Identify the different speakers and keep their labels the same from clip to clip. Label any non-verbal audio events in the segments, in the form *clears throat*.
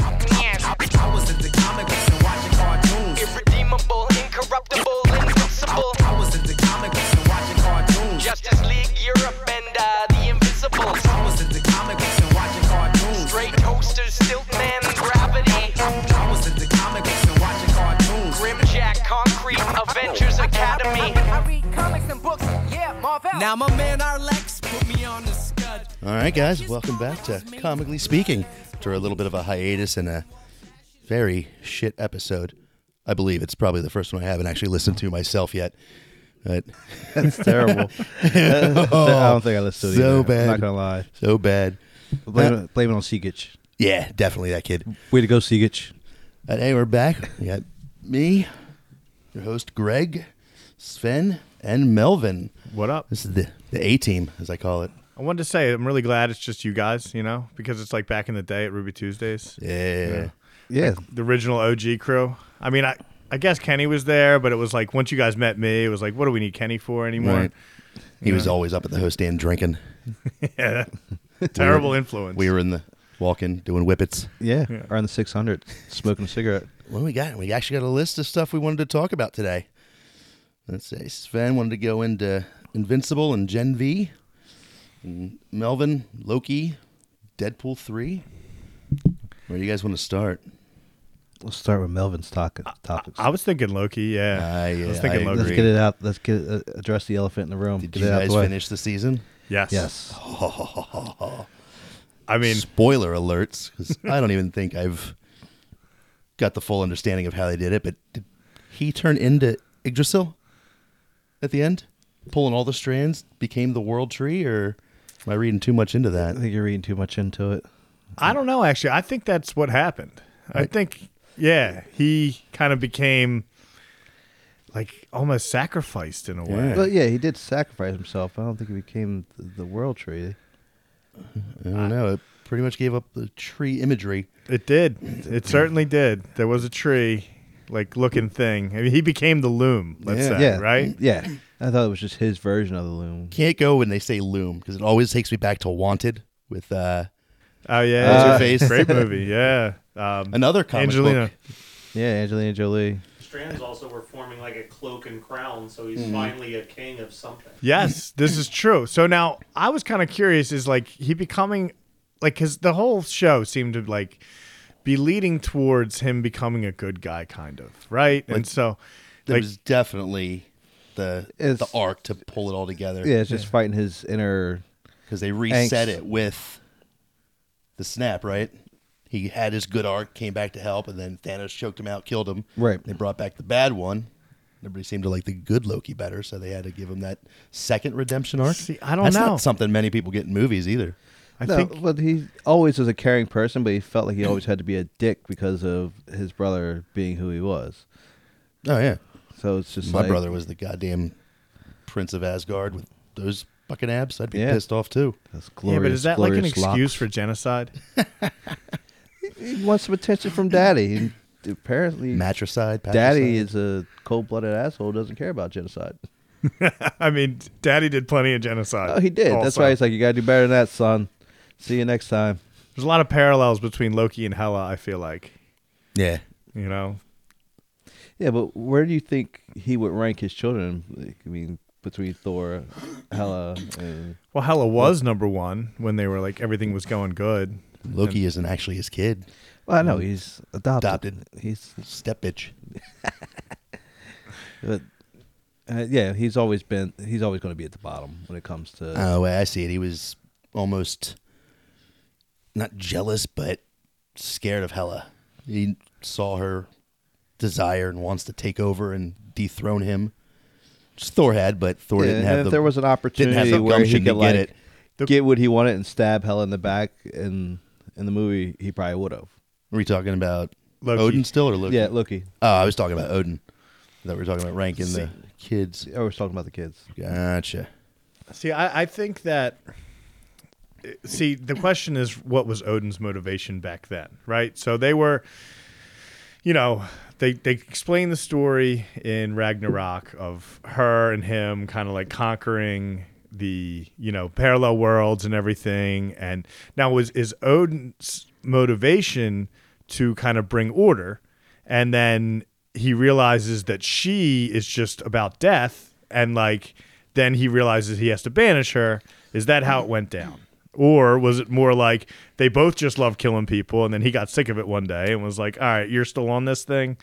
Speaker 1: I was into comic books and watching cartoons.
Speaker 2: Irredeemable, incorruptible, invincible.
Speaker 1: I was into comic books and watching cartoons.
Speaker 2: Justice League Europe and uh, the Invisibles.
Speaker 1: I was into comic books and watching cartoons.
Speaker 2: Straight toasters, Stiltman, Gravity.
Speaker 1: I was into comic books and watching cartoons.
Speaker 2: Grimjack, Concrete, Avengers Academy.
Speaker 3: I read comics and books. Yeah, Marvel.
Speaker 1: Now my man Arlex put me on the scud.
Speaker 4: All right, guys, welcome back to Comically Speaking. After a little bit of a hiatus and a very shit episode, I believe it's probably the first one I haven't actually listened to myself yet. But
Speaker 5: It's *laughs* terrible. I don't think I listened to it.
Speaker 4: so
Speaker 5: either.
Speaker 4: bad.
Speaker 5: I'm not gonna lie.
Speaker 4: so bad.
Speaker 5: Blame, it, blame it on Seagitch.
Speaker 4: Yeah, definitely that kid.
Speaker 5: Way to go, Seagitch.
Speaker 4: But hey, we're back. We got me, your host Greg, Sven, and Melvin.
Speaker 6: What up?
Speaker 4: This is the the A team, as I call it.
Speaker 6: I wanted to say I'm really glad it's just you guys, you know, because it's like back in the day at Ruby Tuesdays,
Speaker 4: Yeah.
Speaker 5: Yeah,
Speaker 6: the original OG crew. I mean, I I guess Kenny was there, but it was like once you guys met me, it was like, what do we need Kenny for anymore?
Speaker 4: Right. He was always up at the host stand drinking.
Speaker 6: Yeah, *laughs* terrible influence.
Speaker 4: We were in the walk-in doing whippets.
Speaker 5: yeah. Around the 600, smoking a cigarette.
Speaker 4: What do we got? We actually got a list of stuff we wanted to talk about today. Let's see. Sven wanted to go into Invincible and Gen V. And Melvin, Loki, Deadpool 3. Where do you guys want to start?
Speaker 5: Let's start with Melvin's talk, topics.
Speaker 6: I was thinking Loki. Yeah,
Speaker 4: Ah, yeah,
Speaker 6: I was thinking
Speaker 4: I
Speaker 6: Loki.
Speaker 5: Let's
Speaker 4: agree.
Speaker 5: get it out. Let's get uh, address the elephant in the room.
Speaker 4: Did
Speaker 5: get
Speaker 4: you
Speaker 5: it out
Speaker 4: guys
Speaker 5: the way.
Speaker 4: finish the season?
Speaker 6: Yes,
Speaker 5: Yes.
Speaker 6: I mean,
Speaker 4: Spoiler alerts, 'cause *laughs* I don't even think I've got the full understanding of how they did it, but did he turn into Yggdrasil at the end? Pulling all the strands, became the world tree, or am I reading too much into that?
Speaker 5: I think you're reading too much into it.
Speaker 6: I don't know. Actually, I think that's what happened. I think, yeah, he kind of became like almost sacrificed in a way.
Speaker 5: Well, yeah, he did sacrifice himself. I don't think he became th- the world tree.
Speaker 4: I don't know. It pretty much gave up the tree imagery.
Speaker 6: It did. It certainly did. There was a tree, like looking thing. I mean, he became the loom. Let's
Speaker 4: Yeah.
Speaker 6: say,
Speaker 5: yeah.
Speaker 6: right?
Speaker 5: Yeah. I thought it was just his version of the loom.
Speaker 4: Can't go when they say loom because it always takes me back to Wanted with uh,
Speaker 6: Oh yeah,
Speaker 4: What's her face?
Speaker 6: Great
Speaker 5: *laughs*
Speaker 6: movie. Yeah. Um,
Speaker 4: another comic
Speaker 6: Angelina.
Speaker 4: book.
Speaker 5: Yeah, Angelina Jolie.
Speaker 7: strands also were forming like a cloak and crown, so
Speaker 4: Hmm.
Speaker 7: he's finally a king of something.
Speaker 6: Yes, this is true. So now I was kind of curious. Is like he becoming, like, because the whole show seemed to like be leading towards him becoming a good guy, kind of right. and so,
Speaker 4: There
Speaker 6: like,
Speaker 4: was definitely the
Speaker 5: It's-
Speaker 4: the arc to pull it all together.
Speaker 5: Yeah, it's just fighting his inner.
Speaker 4: because they reset
Speaker 5: Angst.
Speaker 4: it with the snap, right? He had his good arc, came back to help, and then Thanos choked him out, killed him.
Speaker 5: Right.
Speaker 4: They brought back the bad one. Everybody seemed to like the good Loki better, so they had to give him that second redemption arc.
Speaker 6: See, I don't
Speaker 4: That's
Speaker 6: know.
Speaker 4: not something many people get in movies either.
Speaker 6: I
Speaker 5: no,
Speaker 6: think
Speaker 5: but he always was a caring person, but he felt like he always had to be a dick because of his brother being who he was.
Speaker 4: Oh yeah,
Speaker 5: So it's just
Speaker 4: my
Speaker 5: like-
Speaker 4: brother was the goddamn prince of Asgard with those fucking abs. I'd be
Speaker 5: Yeah.
Speaker 4: pissed off too.
Speaker 5: That's
Speaker 6: yeah,
Speaker 5: glorious,
Speaker 6: but is that like an
Speaker 5: glorious
Speaker 6: excuse
Speaker 5: locks.
Speaker 6: for genocide? *laughs*
Speaker 5: He wants some attention from daddy. He- apparently,
Speaker 4: Matricide.
Speaker 5: daddy
Speaker 4: patricide.
Speaker 5: is a cold-blooded asshole. Doesn't care about genocide.
Speaker 6: I mean, Daddy did plenty of genocide.
Speaker 5: Oh, he did. That's
Speaker 6: also.
Speaker 5: why he's like, you gotta do better than that, son. See you next time.
Speaker 6: There's a lot of parallels between Loki and Hela, I feel like.
Speaker 4: yeah.
Speaker 6: You know?
Speaker 5: Yeah, but where do you think he would rank his children? Like, I mean, between Thor, Hela, and
Speaker 6: Well, Hela was number one when they were like everything was going good.
Speaker 4: Loki isn't actually his kid.
Speaker 5: well, I know he's adopted.
Speaker 4: Adopted.
Speaker 5: He's
Speaker 4: Step bitch.
Speaker 5: But uh, yeah, he's always been he's always going to be at the bottom when it comes to
Speaker 4: Oh, way I see it, he was almost not jealous, but scared of Hella. He saw her desire and wants to take over and dethrone him. Just Thor had, but Thor
Speaker 5: Yeah,
Speaker 4: didn't
Speaker 5: and
Speaker 4: have.
Speaker 5: if
Speaker 4: the,
Speaker 5: there was an opportunity
Speaker 4: the
Speaker 5: where he
Speaker 4: gumption
Speaker 5: could
Speaker 4: to
Speaker 5: like
Speaker 4: get
Speaker 5: get what he wanted and stab Hella in the back and in the movie he probably would have.
Speaker 4: Are we talking about
Speaker 6: Loki.
Speaker 4: Odin still or Loki?
Speaker 5: Yeah, Loki.
Speaker 4: Oh, I was talking about Odin. I thought we were talking about ranking the kids.
Speaker 5: I was talking about the kids.
Speaker 4: Gotcha.
Speaker 6: See, I, I think that. See, the question is, what was Odin's motivation back then, right? So they were, you know, they they explain the story in Ragnarok of her and him kind of like conquering the you know parallel worlds and everything. And now was is Odin's motivation to kind of bring order, and then he realizes that she is just about death, and like then he realizes he has to banish her. Is that how it went down? Or was it more like they both just love killing people and then he got sick of it one day and was like, all right, you're still on this thing?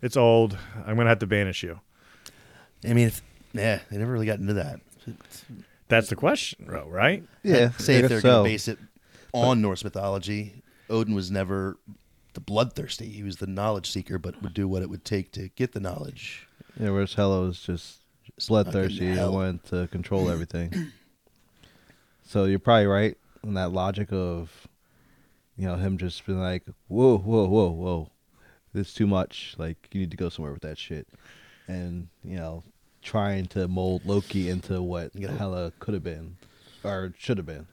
Speaker 6: It's old. I'm going to have to banish you.
Speaker 4: I mean, if, yeah, they never really got into that.
Speaker 6: That's the question, though, right?
Speaker 5: Yeah,
Speaker 4: Say
Speaker 5: I
Speaker 4: if
Speaker 5: guess
Speaker 4: they're
Speaker 5: so.
Speaker 4: going to base it on Norse mythology, Odin was never the bloodthirsty. He was the knowledge seeker, but would do what it would take to get the knowledge.
Speaker 5: Yeah, whereas Hello is just
Speaker 4: Just
Speaker 5: bloodthirsty
Speaker 4: fucking
Speaker 5: and
Speaker 4: hell.
Speaker 5: wanted to
Speaker 4: *clears throat*
Speaker 5: control everything. so you're probably right in that logic of, you know, him just being like, whoa, whoa, whoa, whoa, this is too much. Like you need to go somewhere with that shit, and you know, trying to mold Loki into what
Speaker 4: Yeah.
Speaker 5: Hela could have been, or should have been.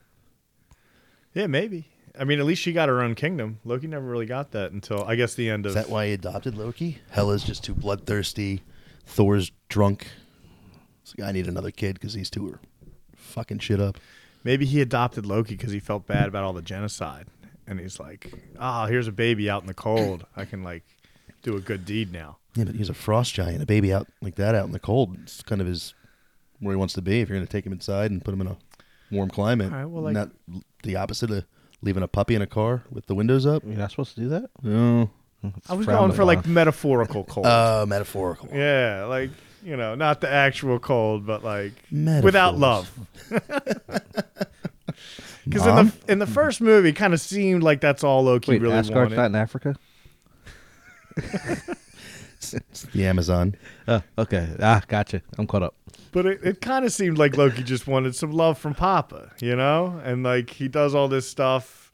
Speaker 6: Yeah, maybe. I mean, at least she got her own kingdom. Loki never really got that until, I guess, the end of.
Speaker 4: Is that why he adopted Loki? Hela's just too bloodthirsty. Thor's drunk. It's like, I need another kid because these two are fucking shit up.
Speaker 6: Maybe he adopted Loki because he felt bad about all the genocide. And he's like, ah, here's a baby out in the cold. I can, like, do a good deed now.
Speaker 4: Yeah, but he's a frost giant, a baby out like that out in the cold. It's kind of his where he wants to be. If you're going to take him inside and put him in a warm climate,
Speaker 6: All right, well, like-
Speaker 4: not the opposite of leaving a puppy in a car with the windows up.
Speaker 5: You're not supposed to do that.
Speaker 4: No,
Speaker 6: I was
Speaker 5: frowned
Speaker 6: going for, like,
Speaker 5: upon.
Speaker 6: metaphorical cold.
Speaker 4: uh, metaphorical.
Speaker 6: Yeah, like you know, not the actual cold, but like
Speaker 4: Metaphors.
Speaker 6: without love. Because in the in the first movie, kind of seemed like that's all Loki
Speaker 5: Wait,
Speaker 6: really
Speaker 5: Asgard's
Speaker 6: wanted.
Speaker 5: not in Africa.
Speaker 4: It's the Amazon.
Speaker 5: Oh, okay. Ah, gotcha. I'm caught up.
Speaker 6: But it, it kind of seemed like Loki just wanted some love from Papa, you know, and like he does all this stuff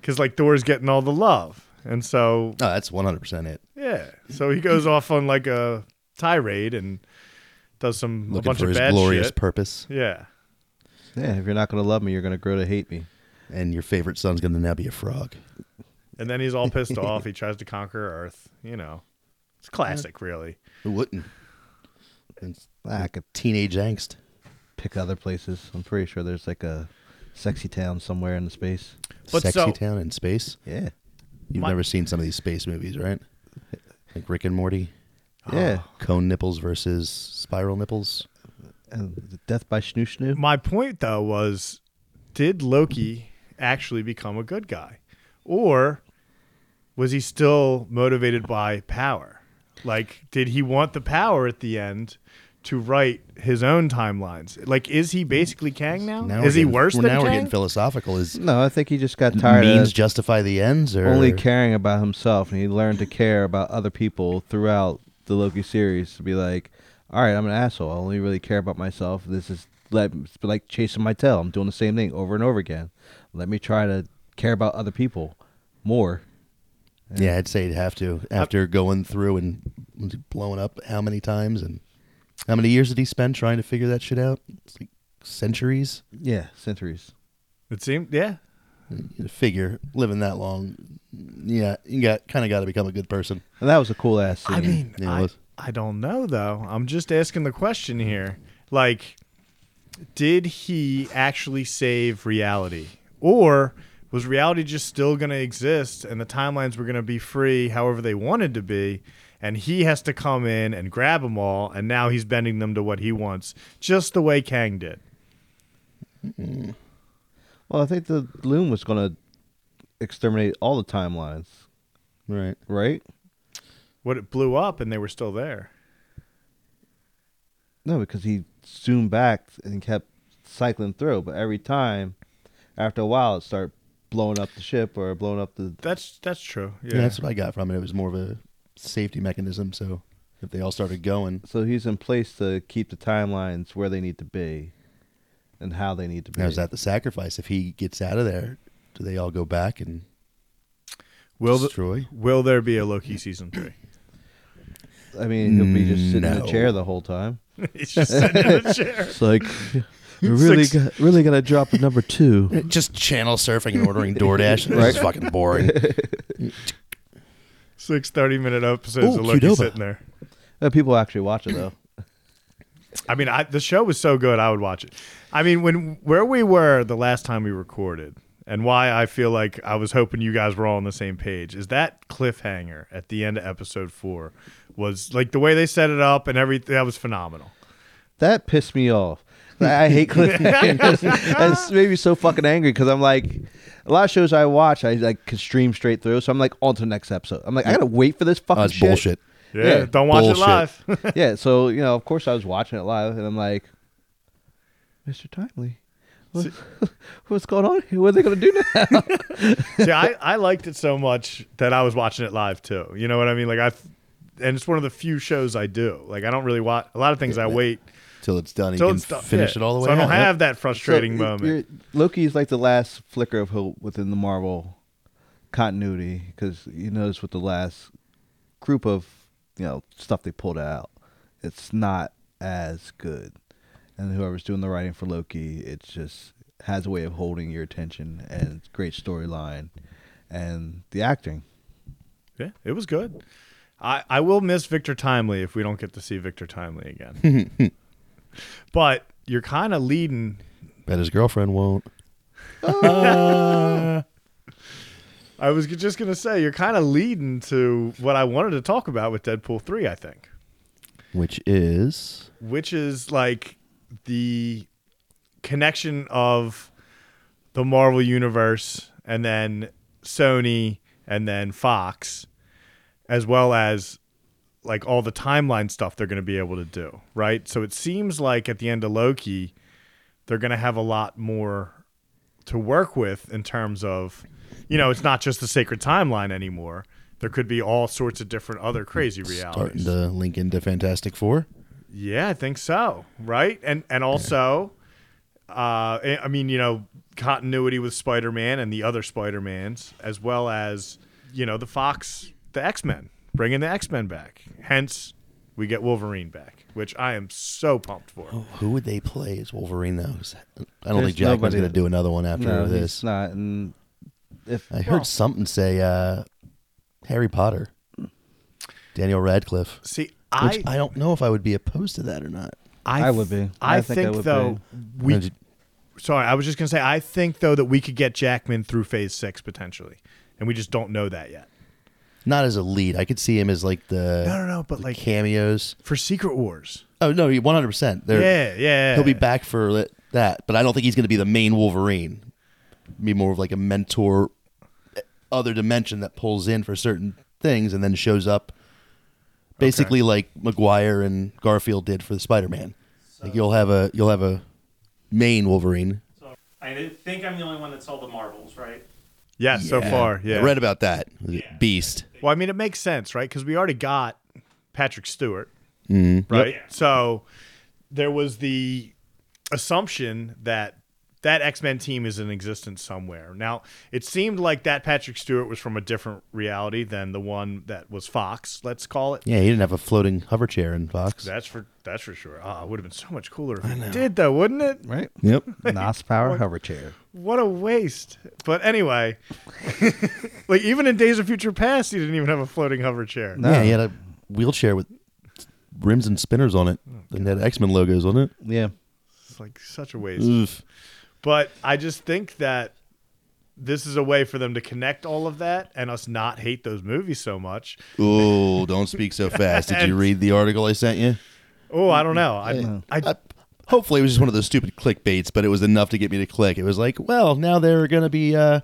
Speaker 6: because like Thor's getting all the love, and so
Speaker 4: Oh, that's 100 percent it.
Speaker 6: yeah, so he goes off on like a tirade and does some a
Speaker 4: Looking
Speaker 6: bunch
Speaker 4: for
Speaker 6: of
Speaker 4: his
Speaker 6: bad
Speaker 4: glorious
Speaker 6: shit.
Speaker 4: purpose,
Speaker 6: yeah.
Speaker 5: Yeah, if you're not gonna love me, you're gonna grow to hate me.
Speaker 4: and your favorite son's going to now be a frog.
Speaker 6: And then he's
Speaker 4: *laughs*
Speaker 6: all pissed off. He tries to conquer Earth. You know, it's classic, really.
Speaker 4: Who wouldn't? It's
Speaker 5: Ah, I could
Speaker 4: teenage angst.
Speaker 5: pick other places. I'm pretty sure there's like a sexy town somewhere in the space.
Speaker 6: But
Speaker 4: Sexy
Speaker 6: so-
Speaker 4: town in space.
Speaker 5: Yeah.
Speaker 4: You've
Speaker 6: My-
Speaker 4: never seen some of these space movies, right? Like Rick and Morty,
Speaker 5: Yeah.
Speaker 4: Oh, cone nipples versus spiral nipples.
Speaker 5: And the death by Schnoo Schnoo.
Speaker 6: My point, though, was did Loki actually become a good guy? Or was he still motivated by power? Like, did he want the power at the end to write his own timelines? Like, is he basically Kang now?
Speaker 4: Now
Speaker 6: is
Speaker 4: we're
Speaker 6: he
Speaker 4: getting-
Speaker 6: worse
Speaker 4: well,
Speaker 6: than
Speaker 4: now we're
Speaker 6: Kang?
Speaker 4: getting philosophical. Is
Speaker 5: No, I think he just got tired
Speaker 4: means
Speaker 6: uh,
Speaker 5: of
Speaker 4: justify the ends, or
Speaker 5: only caring about himself, and he learned to care about other people throughout the Loki series. To be like, all right, I'm an asshole. I only really care about myself. This is like, it's like chasing my tail. I'm doing the same thing over and over again. Let me try to care about other people more.
Speaker 4: yeah, I'd say you'd have to after going through and blowing up how many times and how many years did he spend trying to figure that shit out? It's like centuries.
Speaker 5: Yeah, centuries.
Speaker 6: It seemed, yeah.
Speaker 4: You figure living that long, yeah, you got kind of got to become a good person.
Speaker 5: And that was a cool ass scene.
Speaker 6: I mean,
Speaker 4: Yeah,
Speaker 6: I,
Speaker 4: let's-
Speaker 6: I don't know though. I'm just asking the question here. Like, did he actually save reality, or was reality just still going to exist and the timelines were going to be free, however they wanted to be? And he has to come in and grab them all, and now he's bending them to what he wants, just the way Kang did.
Speaker 5: Well, I think the loom was going to exterminate all the timelines,
Speaker 4: Right.
Speaker 5: right?
Speaker 6: What it blew up, and they were still there.
Speaker 5: No, because he zoomed back and kept cycling through, but every time, after a while, it started blowing up the ship or blowing up the.
Speaker 6: That's that's true. Yeah.
Speaker 4: Yeah. that's what I got from it. It was more of a safety mechanism. So if they all started going,
Speaker 5: So he's in place to keep the timelines where they need to be, and how they need to be.
Speaker 4: now is that the sacrifice? If he gets out of there, do they all go back and
Speaker 6: Will the-
Speaker 4: Destroy?
Speaker 6: will there be a Loki
Speaker 4: *laughs*
Speaker 6: season three?
Speaker 5: I mean, he'll be just sitting in
Speaker 4: No.
Speaker 5: a chair the whole time.
Speaker 6: He's just sitting in a chair.
Speaker 5: It's like *laughs* we're really
Speaker 6: Six-
Speaker 5: got, really gonna drop a number two.
Speaker 4: Just channel surfing and *laughs* ordering DoorDash. This
Speaker 5: Right.
Speaker 4: is fucking boring.
Speaker 6: Six 30 minute episodes
Speaker 4: Ooh,
Speaker 6: of Loki
Speaker 4: Qdoba.
Speaker 6: sitting there.
Speaker 5: *laughs* Uh, people actually watch it though.
Speaker 6: I mean, I, the show was so good, I would watch it. I mean, when where we were the last time we recorded, and why I feel like I was hoping you guys were all on the same page is that cliffhanger at the end of episode four was like the way they set it up and everything. That was phenomenal.
Speaker 5: That pissed me off. I I hate cliffhangers. That's made me so fucking angry because I'm like, a lot of shows I watch, I like can stream straight through. So I'm like, on to the next episode. I'm like, I gotta wait for this fucking
Speaker 4: Oh, it's
Speaker 5: shit.
Speaker 4: bullshit.
Speaker 6: Yeah,
Speaker 5: Yeah,
Speaker 6: don't watch
Speaker 4: bullshit.
Speaker 6: it live.
Speaker 5: yeah, so you know, of course, I was watching it live, and I'm like, Mr. Timely, *laughs*
Speaker 4: *laughs*
Speaker 5: what, what's going on? here? What are they gonna do now?
Speaker 6: See, I, I liked it so much that I was watching it live too. You know what I mean? Like I, and it's one of the few shows I do. Like I don't really watch a lot of things. I wait
Speaker 4: *laughs* Till it's done, you
Speaker 6: till
Speaker 4: can
Speaker 6: it's done.
Speaker 4: finish
Speaker 6: Yeah.
Speaker 4: it all the way.
Speaker 6: So I don't
Speaker 4: out.
Speaker 6: have that frustrating
Speaker 5: So,
Speaker 6: moment.
Speaker 5: you're- Loki's like the last flicker of hope within the Marvel continuity because you notice with the last group of you know stuff they pulled out, it's not as good. And whoever's doing the writing for Loki, it just has a way of holding your attention and it's great storyline and the acting.
Speaker 6: Yeah, it was good. I, I will miss Victor Timely if we don't get to see Victor Timely again. *laughs* but you're kind of leading.
Speaker 4: Bet his girlfriend won't.
Speaker 6: I was just going to say, you're kind of leading to what I wanted to talk about with Deadpool 3, I think,
Speaker 4: Which is
Speaker 6: which is like the connection of the Marvel Universe and then Sony and then Fox, as well as like all the timeline stuff they're going to be able to do, right? So it seems like at the end of Loki, they're going to have a lot more to work with in terms of, you know, it's not just the sacred timeline anymore. There could be all sorts of different other crazy realities.
Speaker 4: starting to link into Fantastic Four.
Speaker 6: Yeah, I think so. Right, and and also, uh, I I mean, you know, continuity with Spider Man and the other Spider Mans, as well as you know the Fox, the X Men, bringing the X Men back. Hence, we get Wolverine back, which I am so pumped for.
Speaker 5: Oh.
Speaker 4: Who would they play as Wolverine? Though 'Cause I don't
Speaker 5: There's
Speaker 4: think Jackman's
Speaker 5: nobody
Speaker 4: going to
Speaker 5: that-
Speaker 4: do another one after
Speaker 5: No,
Speaker 4: this.
Speaker 5: it's not. And if
Speaker 4: I heard something say uh, Harry Potter, Daniel Radcliffe,
Speaker 6: See,
Speaker 4: which
Speaker 6: I
Speaker 4: I, don't know if I would be opposed to that or not.
Speaker 6: I,
Speaker 5: I would be.
Speaker 6: I,
Speaker 5: I
Speaker 6: think,
Speaker 5: think I would
Speaker 6: though
Speaker 4: I
Speaker 6: we.
Speaker 4: just-
Speaker 6: Sorry, I was just gonna say I think though that we could get Jackman through Phase Six potentially, and we just don't know that yet.
Speaker 4: Not as a lead. I could see him as like the
Speaker 6: No, no, no, but
Speaker 4: the
Speaker 6: like-
Speaker 4: cameos.
Speaker 6: For Secret Wars,
Speaker 4: Oh no, one hundred percent.
Speaker 6: yeah, yeah,
Speaker 4: he'll be back for li- that, but I don't think he's going to be the main Wolverine. Be more of like a mentor, eh, other dimension that pulls in for certain things and then shows up, basically like McGuire and Garfield did for the Spider-Man. like you'll have a you'll have a main Wolverine.
Speaker 7: So I did- think I'm the only one that saw the Marvels, right?
Speaker 6: Yes, so far, yeah.
Speaker 4: I read about that Was it Beast.
Speaker 6: Well, I mean, it makes sense, right? Because we already got Patrick Stewart, right? So there was the assumption that that X Men team is in existence somewhere. Now, it seemed like that Patrick Stewart was from a different reality than the one that was Fox, let's call it.
Speaker 4: Yeah, he didn't have a floating hover chair in Fox.
Speaker 6: That's for that's for sure. Ah, it would have been so much cooler if it did, though, wouldn't it?
Speaker 5: right,
Speaker 4: yep.
Speaker 5: Nos power hover chair.
Speaker 6: *laughs* What a waste. But anyway, *laughs* like even in Days of Future Past, he didn't even have a floating hover chair.
Speaker 4: Yeah, he had a wheelchair with rims and spinners on it,
Speaker 6: Oh,
Speaker 4: and had X Men logos on it.
Speaker 5: Yeah,
Speaker 6: It's like such a waste. But I just think that this is a way for them to connect all of that and us not hate those movies so much.
Speaker 4: Oh, don't speak so fast. Did
Speaker 6: *laughs*
Speaker 4: you read the article I sent you?
Speaker 6: Oh, I don't know. I, I,
Speaker 4: I, hopefully, it was just one of those stupid clickbaits, but it was enough to get me to click. It was like, well, now they're going to be uh,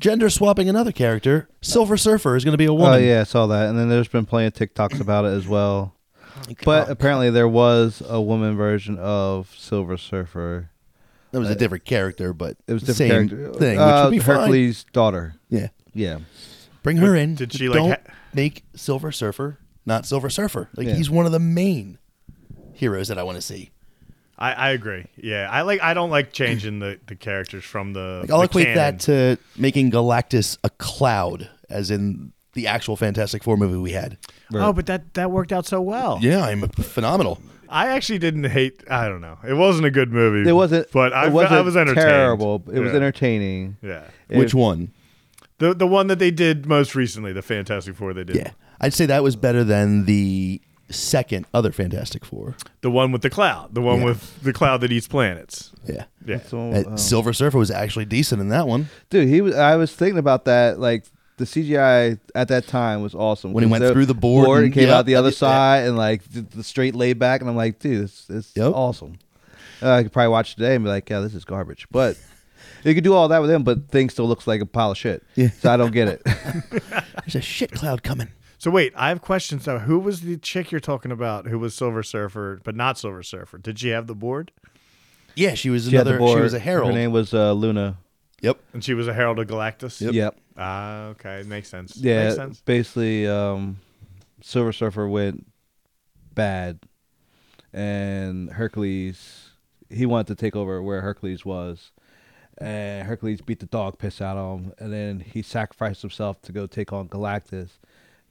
Speaker 4: gender swapping another character. Silver Surfer is going to be a woman.
Speaker 5: Oh yeah, I saw that. And then there's been plenty of TikToks about it as well.
Speaker 4: oh.
Speaker 5: But apparently there was a woman version of Silver Surfer.
Speaker 4: That was a different character, but
Speaker 5: Uh, It was a
Speaker 4: the same
Speaker 5: different character.
Speaker 4: thing,
Speaker 5: Uh,
Speaker 4: which would be Hercules.
Speaker 5: Hercules' daughter.
Speaker 4: Yeah.
Speaker 5: Yeah.
Speaker 4: Bring her in.
Speaker 6: did
Speaker 4: but
Speaker 6: she, like,
Speaker 4: Don't
Speaker 6: ha-
Speaker 4: make Silver Surfer not Silver Surfer. Like,
Speaker 5: Yeah.
Speaker 4: he's one of the main heroes that I want to see.
Speaker 6: I, I agree. Yeah, I like. I don't like changing the, the characters from the.
Speaker 4: Like, I'll
Speaker 6: the
Speaker 4: equate
Speaker 6: canon.
Speaker 4: that to making Galactus a cloud as in the actual Fantastic Four movie we had.
Speaker 6: Oh, but that that worked out so well.
Speaker 4: Yeah, I'm phenomenal.
Speaker 6: I actually didn't hate. I don't know. It wasn't a good movie.
Speaker 5: It wasn't,
Speaker 6: But I,
Speaker 5: it wasn't
Speaker 6: I was entertained.
Speaker 5: Terrible. but It was
Speaker 6: Yeah.
Speaker 5: entertaining.
Speaker 6: Yeah.
Speaker 5: It-
Speaker 4: Which one?
Speaker 6: The the one that they did most recently, the Fantastic Four they did.
Speaker 4: Yeah, I'd say that was better than the second other Fantastic Four.
Speaker 6: The one with the cloud. The one
Speaker 4: Yeah.
Speaker 6: with the cloud that eats planets.
Speaker 4: Yeah.
Speaker 6: Yeah.
Speaker 5: So,
Speaker 4: Uh,
Speaker 5: um,
Speaker 4: Silver Surfer was actually decent in that one
Speaker 5: dude, he was. I was thinking about that. Like the CGI at that time was awesome
Speaker 4: When he went
Speaker 5: The
Speaker 4: through the board
Speaker 5: and
Speaker 4: and-
Speaker 5: came
Speaker 4: yeah,
Speaker 5: out the other
Speaker 4: yeah.
Speaker 5: side, and like the, the straight laid back. And I'm like, dude, it's it's
Speaker 4: Yep.
Speaker 5: awesome. Uh, I could probably watch it today and be like, yeah, this is garbage. But *laughs* you could do all that with him, but thing still looks like a pile of shit.
Speaker 4: Yeah.
Speaker 5: So I don't get
Speaker 4: *laughs*
Speaker 5: it. *laughs*
Speaker 4: there's a shit cloud coming
Speaker 6: So wait, I have questions now. Who was the chick you're talking about who was Silver Surfer, but not Silver Surfer? Did she have the board?
Speaker 4: yeah she was
Speaker 5: had the
Speaker 4: another she,
Speaker 5: board.
Speaker 4: was a herald
Speaker 5: Her name was uh, Luna.
Speaker 4: yep
Speaker 6: And she was a Herald of Galactus?
Speaker 5: Yep.
Speaker 6: Ah, okay. Makes sense.
Speaker 5: Yeah,
Speaker 6: Makes sense.
Speaker 5: basically, um, Silver Surfer went bad, and Hercules he wanted to take over where Hercules was, and Hercules beat the dog piss out of him, and then he sacrificed himself to go take on Galactus,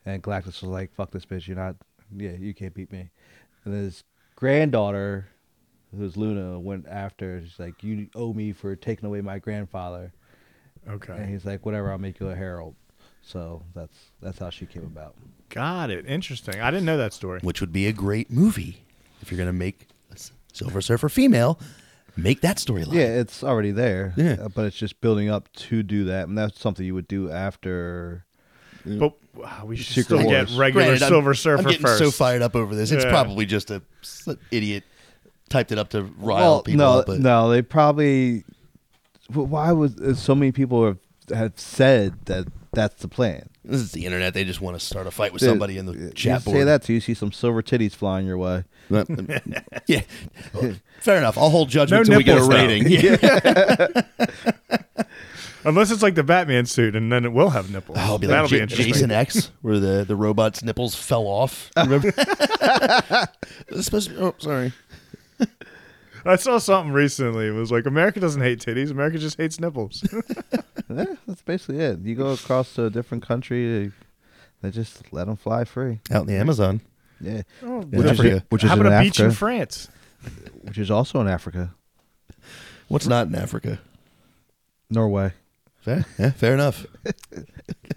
Speaker 5: and Galactus was like, "Fuck this bitch, you're not, yeah, you can't beat me," and then his granddaughter, who's Luna, went after. She's like, "You owe me for taking away my grandfather." And
Speaker 6: Okay.
Speaker 5: he's like, "Whatever, I'll make you a herald." So that's that's how she came about.
Speaker 6: Got it. Interesting. I didn't know that story.
Speaker 4: which would be a great movie if you're gonna make a S- Silver Surfer female make that storyline
Speaker 5: Yeah, it's already there.
Speaker 4: Yeah.
Speaker 5: uh, but it's just building up to do that, and that's something you would do after.
Speaker 6: But wow, we should
Speaker 5: Secret
Speaker 6: still get
Speaker 5: Wars.
Speaker 6: regular
Speaker 4: Granted, I'm-
Speaker 6: Silver
Speaker 4: I'm,
Speaker 6: Surfer
Speaker 4: getting
Speaker 6: first.
Speaker 4: so fired up over this it's
Speaker 6: Yeah.
Speaker 4: probably just a s- idiot typed it up to rile people
Speaker 5: no,
Speaker 4: up, but
Speaker 5: no, they probably. wh- Why was uh, so many people have have said that that's the plan?
Speaker 4: this is the internet they just want to start a fight with
Speaker 5: Dude,
Speaker 4: somebody in the
Speaker 5: you
Speaker 4: chat board
Speaker 5: Say that till you see some silver titties flying your way.
Speaker 4: *laughs* yeah fair enough I'll hold
Speaker 6: No
Speaker 4: judgment until we get a
Speaker 6: nipples, though. *laughs*
Speaker 4: rating yeah.
Speaker 6: Unless it's like the Batman suit, and then it will have nipples.
Speaker 4: *laughs* I'll be
Speaker 6: That'll
Speaker 4: like
Speaker 6: be
Speaker 4: J-
Speaker 6: interesting.
Speaker 4: Jason X, where the, the robot's nipples fell
Speaker 6: *laughs*
Speaker 4: off. *laughs* Remember? It's supposed to- oh, sorry.
Speaker 6: I saw something recently. It was like America doesn't hate titties. America just
Speaker 5: *laughs*
Speaker 6: hates nipples.
Speaker 5: *laughs* Yeah, that's basically it. You go across to a different country, uh, they just let them fly free.
Speaker 4: Out in the Amazon.
Speaker 5: Yeah,
Speaker 4: Which is- Africa.
Speaker 5: which is
Speaker 6: Oh, How
Speaker 5: in
Speaker 6: about a beach
Speaker 5: Africa,
Speaker 6: in France?
Speaker 5: which is also in Africa,
Speaker 4: What's not in Africa?
Speaker 5: Norway.
Speaker 4: Fair, yeah, fair
Speaker 6: *laughs*
Speaker 4: enough.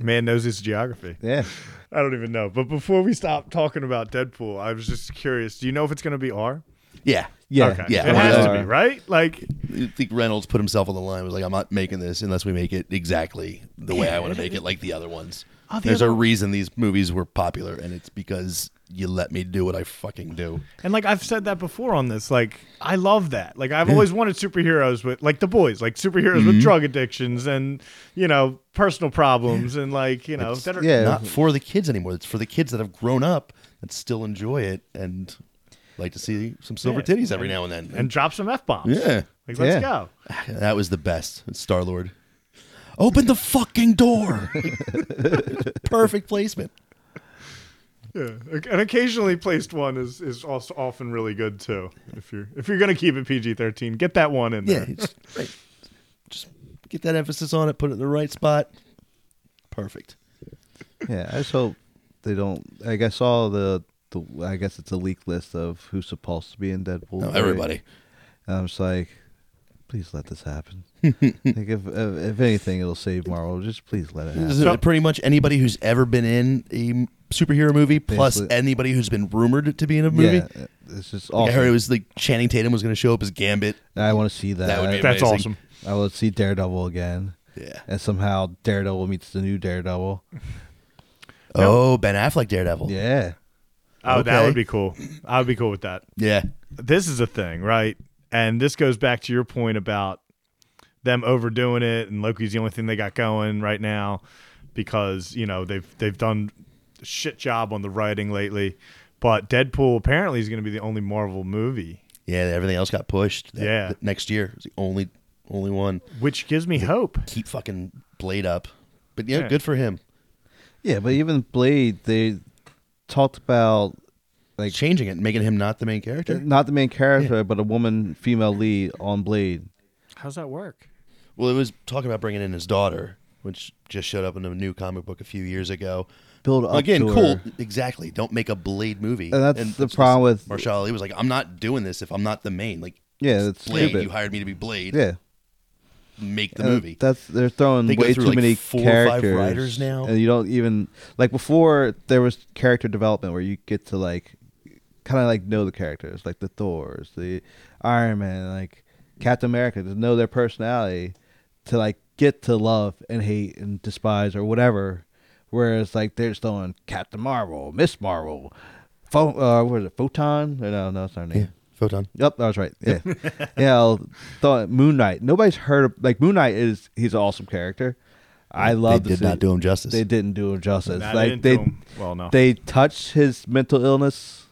Speaker 6: Man knows his geography.
Speaker 5: Yeah.
Speaker 6: I don't even know. But before we stop talking about Deadpool, I was just curious. Do you know if it's going to be R?
Speaker 4: Yeah.
Speaker 5: Yeah.
Speaker 6: Okay.
Speaker 4: yeah,
Speaker 6: It
Speaker 4: I
Speaker 6: has to
Speaker 5: wanna-
Speaker 6: be, right? Like,
Speaker 4: I think Reynolds put himself on the line. Was like, I'm not making this unless we make it exactly the way I want to make it, like the other ones.
Speaker 6: Oh, the
Speaker 4: There's
Speaker 6: other-
Speaker 4: a reason these movies were popular, and it's because you let me do what I fucking do.
Speaker 6: and like I've said that before on this. Like, I love that. Like, I've always wanted superheroes with, like, the boys, like superheroes
Speaker 4: Mm-hmm.
Speaker 6: with drug addictions and, you know, personal problems and, like, you know, that are,
Speaker 5: yeah.
Speaker 4: Not for the kids anymore. It's for the kids that have grown up that still enjoy it and like to see some silver
Speaker 6: Yeah.
Speaker 4: titties every now and then.
Speaker 6: and drop some F bombs.
Speaker 4: Yeah.
Speaker 6: Like, let's
Speaker 5: Yeah.
Speaker 6: go.
Speaker 4: That was the best. Star Lord. Open the fucking
Speaker 6: *laughs*
Speaker 4: door. Perfect placement.
Speaker 6: Yeah, o- an occasionally placed one is is also often really good too. If you're if you're gonna keep it PG thirteen, get that one in
Speaker 4: Yeah.
Speaker 6: there.
Speaker 4: Just, right. Just get that emphasis on it, put it in the right spot. Perfect.
Speaker 5: Yeah, I just hope they don't. Like I saw the, the I guess it's a leaked list of who's supposed to be in Deadpool.
Speaker 4: No,
Speaker 5: three.
Speaker 4: Oh, everybody.
Speaker 5: And I'm just like, please let
Speaker 4: *laughs*
Speaker 5: this happen. like if, if if anything, it'll save Marvel. Just please let it happen.
Speaker 4: This is pretty much anybody who's ever been in a m- superhero movie, plus
Speaker 5: Basically.
Speaker 4: anybody who's been rumored to be in a movie.
Speaker 5: Yeah, it's just awesome.
Speaker 4: Like, I heard it was like Channing Tatum was going to show up as Gambit.
Speaker 5: I want to see that.
Speaker 4: That would be
Speaker 6: That's
Speaker 4: amazing.
Speaker 6: awesome.
Speaker 5: I will see Daredevil again.
Speaker 4: Yeah.
Speaker 5: And somehow Daredevil meets the
Speaker 4: *laughs*
Speaker 5: new Daredevil.
Speaker 4: Oh, Ben Affleck Daredevil.
Speaker 5: Yeah.
Speaker 6: Oh, that
Speaker 4: Okay.
Speaker 6: would be cool. I would be cool with that.
Speaker 4: Yeah.
Speaker 6: This is a thing, right? And this goes back to your point about them overdoing it, and Loki's the only thing they got going right now because you know they've they've done a shit job on the writing lately. But Deadpool apparently is going to be the only Marvel movie,
Speaker 4: Yeah. Everything else got pushed. that-
Speaker 6: Yeah.
Speaker 4: that next year. It was the only, only one.
Speaker 6: which gives me hope.
Speaker 4: keep fucking Blade up. But yeah,
Speaker 6: Yeah.
Speaker 4: good for him.
Speaker 5: Yeah, but even Blade, they talked about like
Speaker 4: Changing it, and making him not the main character.
Speaker 5: not the main character, but a woman, female lead on Blade.
Speaker 6: How's that work?
Speaker 4: Well, it was talking about bringing in his daughter, which just showed up in a new comic book a few years ago.
Speaker 5: Build up
Speaker 4: Again,
Speaker 5: to
Speaker 4: cool.
Speaker 5: her.
Speaker 4: Exactly. Don't make a Blade movie.
Speaker 5: And that's the problem with-
Speaker 4: Marshall. He was like, "I'm not doing this if I'm not the main." Like
Speaker 5: Yeah, that's
Speaker 4: Blade,
Speaker 5: stupid.
Speaker 4: you hired me to be Blade.
Speaker 5: yeah,
Speaker 4: Make the
Speaker 5: And
Speaker 4: movie.
Speaker 5: Uh, That's they're throwing
Speaker 4: They go
Speaker 5: way
Speaker 4: through,
Speaker 5: too
Speaker 4: like,
Speaker 5: many
Speaker 4: four or five
Speaker 5: characters
Speaker 4: writers now.
Speaker 5: and you don't even like before. There was character development where you get to like kind of like know the characters, like the Thors, the Iron Man, like Captain America, to know their personality, to like get to love and hate and despise or whatever. Whereas like they're just throwing Captain Marvel, Miss Marvel, Pho- uh, what is it, Photon? No, no, that's not her name.
Speaker 4: Photon.
Speaker 5: Yep, I was right.
Speaker 4: *laughs*
Speaker 5: Yeah, yeah. I'll- Thought Moon Knight. Nobody's heard of like Moon Knight is he's an awesome character. I love.
Speaker 4: they
Speaker 5: to
Speaker 4: did not
Speaker 5: see-
Speaker 4: do him justice.
Speaker 5: They didn't do him justice.
Speaker 6: Nah, they
Speaker 5: like
Speaker 6: didn't
Speaker 5: they,
Speaker 6: do him well enough.
Speaker 5: They touched his mental illness,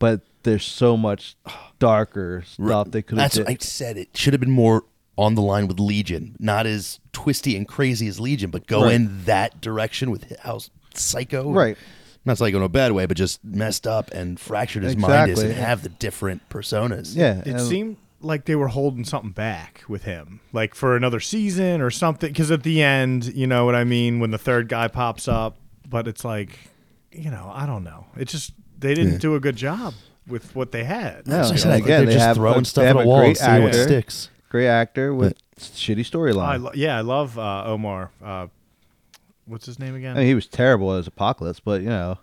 Speaker 5: but there's so much darker stuff they could have.
Speaker 4: That's I said. It should have been more on the line with Legion, not as twisty and crazy as Legion, but go
Speaker 5: Right.
Speaker 4: in that direction with how psycho,
Speaker 5: Right.
Speaker 4: Not psycho in a bad way, but just messed up and fractured his mind is,
Speaker 5: Exactly.
Speaker 4: and have the different personas.
Speaker 5: Yeah,
Speaker 6: It
Speaker 5: and-
Speaker 6: seemed like they were holding something back with him, like for another season or something. Because at the end, you know what I mean, when the third guy pops up, but it's like, you know, I don't know. It just they didn't do a good job with what they had.
Speaker 5: No,
Speaker 4: As I
Speaker 5: and
Speaker 4: said, I think
Speaker 5: again,
Speaker 4: they're
Speaker 5: they
Speaker 4: just
Speaker 5: have
Speaker 4: throwing
Speaker 5: a-
Speaker 4: stuff
Speaker 5: they
Speaker 4: at a
Speaker 5: have a
Speaker 4: wall and
Speaker 5: great
Speaker 4: see what
Speaker 6: actor.
Speaker 4: sticks.
Speaker 5: great actor with shitty
Speaker 6: I
Speaker 5: storyline.
Speaker 6: lo- yeah, I love uh, Omar. Uh, what's his name again?
Speaker 5: I mean, Oh, he was terrible as Apocalypse, but you know,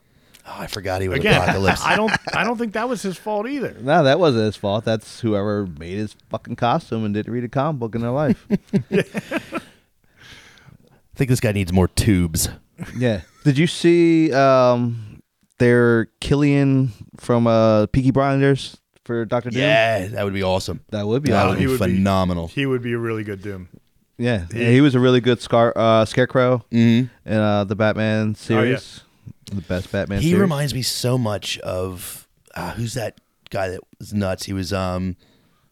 Speaker 4: Oh, I forgot he was
Speaker 6: again,
Speaker 4: Apocalypse.
Speaker 6: *laughs* I don't, I don't think that was his fault either.
Speaker 5: no, that wasn't his fault. That's whoever made his fucking costume and didn't read a comic book in their life.
Speaker 4: I think this guy needs more tubes.
Speaker 5: Yeah. Did you see um their Killian from uh Peaky Blinders for Doctor Doom?
Speaker 4: Yeah, that would be awesome.
Speaker 5: That would be
Speaker 4: That
Speaker 5: awesome.
Speaker 4: would be phenomenal.
Speaker 6: He would be a really good Doom.
Speaker 5: Yeah. yeah. He was a really good scar uh Scarecrow in uh the Batman series. The best Batman
Speaker 4: he
Speaker 5: series.
Speaker 4: reminds me so much of uh, who's that guy that was nuts he was um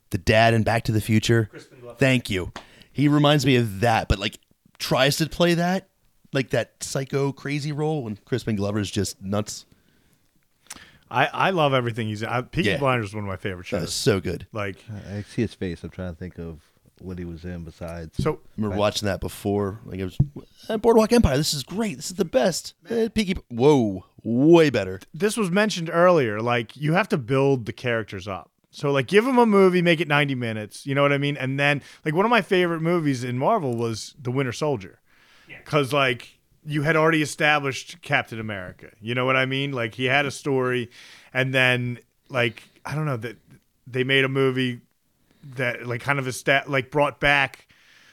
Speaker 4: the dad in back to the future thank you he reminds me of that but like tries to play that like that psycho crazy role when crispin glover's just nuts
Speaker 6: I, I love everything he's. I, Peaky
Speaker 4: Yeah.
Speaker 6: Blinders is one of my favorite
Speaker 4: that was
Speaker 6: shows.
Speaker 4: so good
Speaker 6: Like
Speaker 5: I see his face. I'm trying to think of what he was in besides
Speaker 6: so,
Speaker 4: I remember watching that before. Like it was "Eh, Boardwalk Empire. This is great. This is the best. Eh, Peaky. Whoa, way better.
Speaker 6: this was mentioned earlier. Like you have to build the characters up. So like give them a movie, make it 90 minutes. You know what I mean? And then like one of my favorite movies in Marvel was The Winter Soldier. Cuz like you had already established Captain America. You know what I mean? Like he had a story and then like I don't know that they made a movie that like kind of a stat like brought back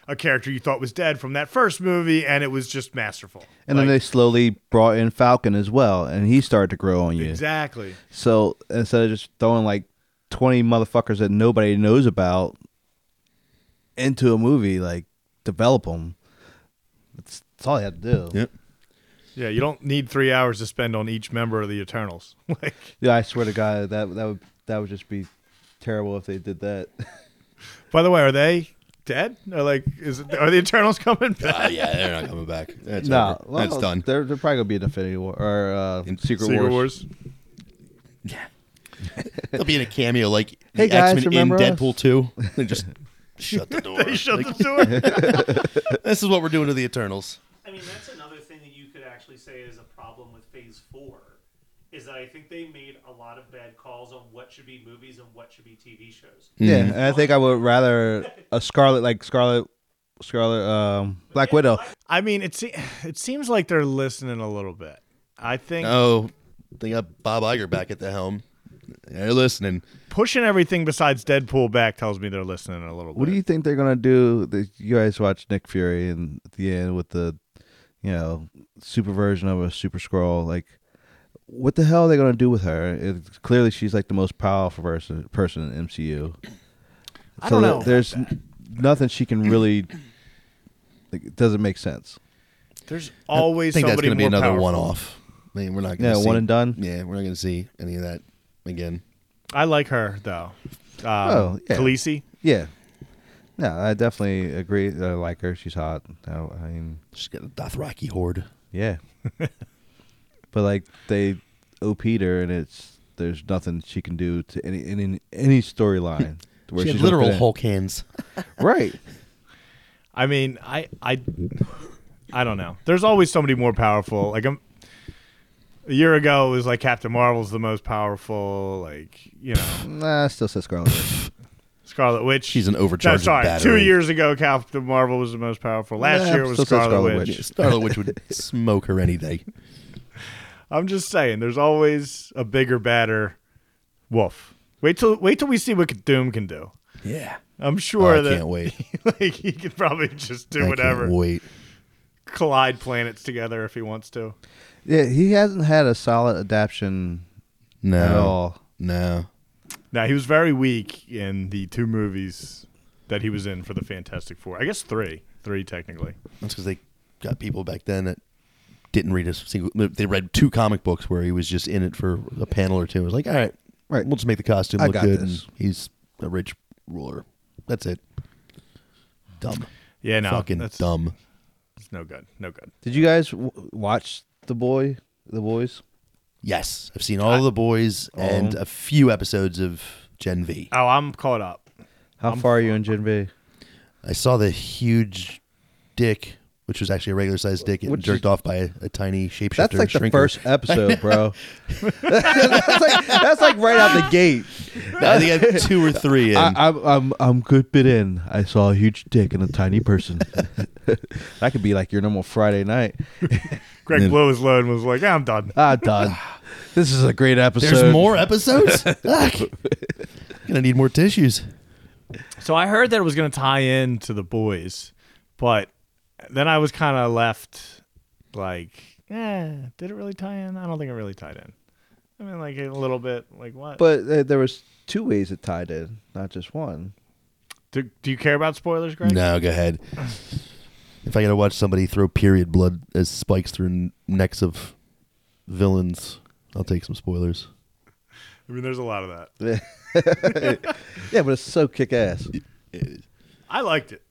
Speaker 6: a character you thought was dead from that first movie and it was just masterful.
Speaker 5: and then they
Speaker 6: Like,
Speaker 5: slowly brought in Falcon as well, and he started to grow on you.
Speaker 6: exactly.
Speaker 5: So instead of just throwing like twenty motherfuckers that nobody knows about into a movie, like develop them. That's, that's all you have to do.
Speaker 4: Yep.
Speaker 6: Yeah, you don't need three hours to spend on each member of the Eternals. *laughs* like,
Speaker 5: Yeah, I swear to God, that that would that would just be terrible if they did that. *laughs*
Speaker 6: by the way, are they dead? Or like, is it, are the Eternals coming
Speaker 4: *laughs*
Speaker 6: back?
Speaker 4: Oh yeah, they're not coming back. That's
Speaker 5: no,
Speaker 4: over. that's done.
Speaker 5: They're, they're probably gonna be in Infinity War or uh, Secret,
Speaker 6: Secret
Speaker 5: Wars.
Speaker 6: Wars.
Speaker 4: They'll be in a cameo like
Speaker 5: *laughs* Hey,
Speaker 4: the
Speaker 5: guys,
Speaker 4: X-Men in
Speaker 5: remember us?
Speaker 4: Deadpool
Speaker 5: *laughs*
Speaker 4: 2. They just shut the door.
Speaker 6: They shut
Speaker 4: Like,
Speaker 6: the door.
Speaker 4: this is what we're doing to the Eternals.
Speaker 7: I mean, that's another thing that you could actually say is a problem with Phase Four, is that I think they made a lot of bad calls on what should be movies and what should be TV shows.
Speaker 5: Yeah,
Speaker 4: Mm-hmm.
Speaker 5: and I think I would rather a Scarlet like Scarlet, Scarlet um, Black Widow.
Speaker 6: *laughs* I mean, it se- it seems like they're listening a little bit. I think
Speaker 4: Oh, they got Bob Iger back at the helm. They're listening.
Speaker 6: pushing everything besides Deadpool back tells me they're listening a little bit.
Speaker 5: What do you think they're gonna do? The- You guys watch Nick Fury and at the end with the, you know, super version of a super scroll. Like, what the hell are they gonna do with her? It, clearly, she's like the most powerful person person in MCU.
Speaker 6: I don't
Speaker 5: there-
Speaker 6: know about
Speaker 5: There's nothing she can really. Like, it doesn't make sense.
Speaker 6: There's
Speaker 4: I
Speaker 6: always
Speaker 4: think that's
Speaker 6: somebody
Speaker 4: going to be
Speaker 6: more
Speaker 4: another
Speaker 6: powerful.
Speaker 4: one-off. I mean, we're not going
Speaker 5: Yeah,
Speaker 4: to see
Speaker 5: one and done?
Speaker 4: Yeah, we're not going to see any of that again.
Speaker 6: I like her though. Um,
Speaker 5: Oh, yeah.
Speaker 6: Khaleesi.
Speaker 5: Yeah. No, I definitely agree. that I like her. She's hot. I, I mean,
Speaker 4: She's got a Dothraki horde.
Speaker 5: yeah. *laughs* but like they OP'd her, and it's there's nothing she can do to any any any *laughs* storyline. to where
Speaker 4: She had
Speaker 5: she's gonna
Speaker 4: literal
Speaker 5: fit in.
Speaker 4: Hulk hands.
Speaker 5: right?
Speaker 6: I mean, I I I don't know. There's always somebody more powerful. Like I'm, a year ago, it was like Captain Marvel's the most powerful. Like you know,
Speaker 5: Nah, I still says Scarlet Witch.
Speaker 6: Scarlet Witch.
Speaker 4: She's an overcharged
Speaker 6: No, sorry. Two
Speaker 4: battery.
Speaker 6: years ago, Captain Marvel was the most powerful. Last
Speaker 5: Yeah,
Speaker 6: year
Speaker 5: I'm
Speaker 6: was
Speaker 5: still saying
Speaker 6: Scarlet,
Speaker 5: Scarlet
Speaker 6: Witch.
Speaker 5: Witch.
Speaker 4: Scarlet Witch
Speaker 5: *laughs*
Speaker 4: would smoke her any day.
Speaker 6: I'm just saying, there's always a bigger, badder wolf. Wait till wait till we see what Doom can do.
Speaker 4: Yeah. Oh,
Speaker 6: I'm sure
Speaker 4: I
Speaker 6: that
Speaker 4: can't
Speaker 5: *laughs*
Speaker 4: wait.
Speaker 6: *laughs* like he could probably just do
Speaker 4: I
Speaker 6: whatever,
Speaker 4: can't wait.
Speaker 6: collide planets together if he wants to.
Speaker 5: Yeah, he hasn't had a solid adaptation
Speaker 4: No.
Speaker 5: at all.
Speaker 4: No.
Speaker 6: Now he was very weak in the two movies that he was in for the Fantastic Four. I guess three, three technically.
Speaker 4: That's because they got people back then that didn't read a single. They read two comic books where he was just in it for a panel or two. It was like, all right,
Speaker 5: Right.
Speaker 4: we'll just make the costume
Speaker 5: I
Speaker 4: look
Speaker 5: got
Speaker 4: good.
Speaker 5: this.
Speaker 4: And he's a rich ruler. That's it. Dumb.
Speaker 6: Yeah, no,
Speaker 4: Fucking
Speaker 6: that's
Speaker 4: dumb.
Speaker 6: it's no good, no good.
Speaker 5: Did you guys w- watch The Boy? The Boys?
Speaker 4: Yes, I've seen all of the boys and a few episodes of Gen V.
Speaker 6: Oh, I'm caught up.
Speaker 5: How far are you in Gen V?
Speaker 4: I saw the huge dick, which was actually a regular sized dick, and
Speaker 5: Which
Speaker 4: jerked
Speaker 5: is-
Speaker 4: off by a, a tiny shapeshifter.
Speaker 5: That's like the
Speaker 4: shrinker.
Speaker 5: first episode, *laughs* bro. that's, like, that's like right out the gate.
Speaker 4: I think
Speaker 5: *laughs*
Speaker 4: I have two or three. In.
Speaker 5: I, I'm, I'm I'm good bit in. I saw a huge dick in a tiny person. *laughs* that could be like your normal Friday night.
Speaker 6: Greg blew his load and was like, "I'm done."
Speaker 5: Ah, done. *sighs* this is a great episode.
Speaker 4: There's
Speaker 5: *laughs*
Speaker 4: more episodes. Fuck. *laughs* Gonna need more tissues.
Speaker 6: So I heard that it was going to tie in to the boys, but then I was kind of left like, eh, did it really tie in? I don't think it really tied in. I mean, like a little bit, like what?
Speaker 5: But uh, there was two ways it tied in, not just one.
Speaker 6: do, do you care about spoilers, Greg?
Speaker 4: No, go ahead. If I gotta watch somebody throw period blood as spikes through n- necks of villains, I'll take some spoilers.
Speaker 6: I mean, there's a lot of that.
Speaker 5: Yeah, but it's so kick ass.
Speaker 6: I liked it,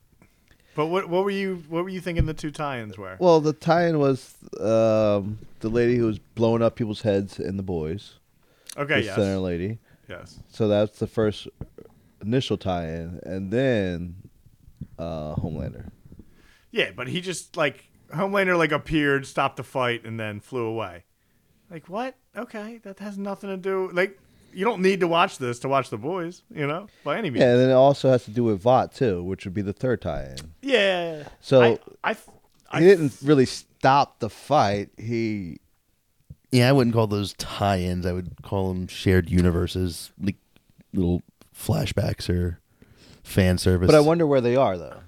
Speaker 6: but what what were you what were you thinking the two tie-ins were?
Speaker 5: Well, the tie-in was um, the lady who was blowing up people's heads and the boys,
Speaker 6: okay,
Speaker 5: the
Speaker 6: yes,
Speaker 5: center lady.
Speaker 6: yes.
Speaker 5: So that's the first initial tie-in, and then uh, Homelander.
Speaker 6: Yeah, but he just like Homelander like appeared, stopped the fight, and then flew away. Like what? Okay, that has nothing to do. Like you don't need to watch this to watch the boys, you know, by any means.
Speaker 5: Yeah, and then it also has to do with Vought too, which would be the third tie-in.
Speaker 6: Yeah.
Speaker 5: So-
Speaker 6: I I, I-
Speaker 5: He didn't really stop the fight. He
Speaker 4: Yeah, I wouldn't call those tie-ins. I would call them shared universes, like little flashbacks or fan service.
Speaker 5: But I wonder where they are though.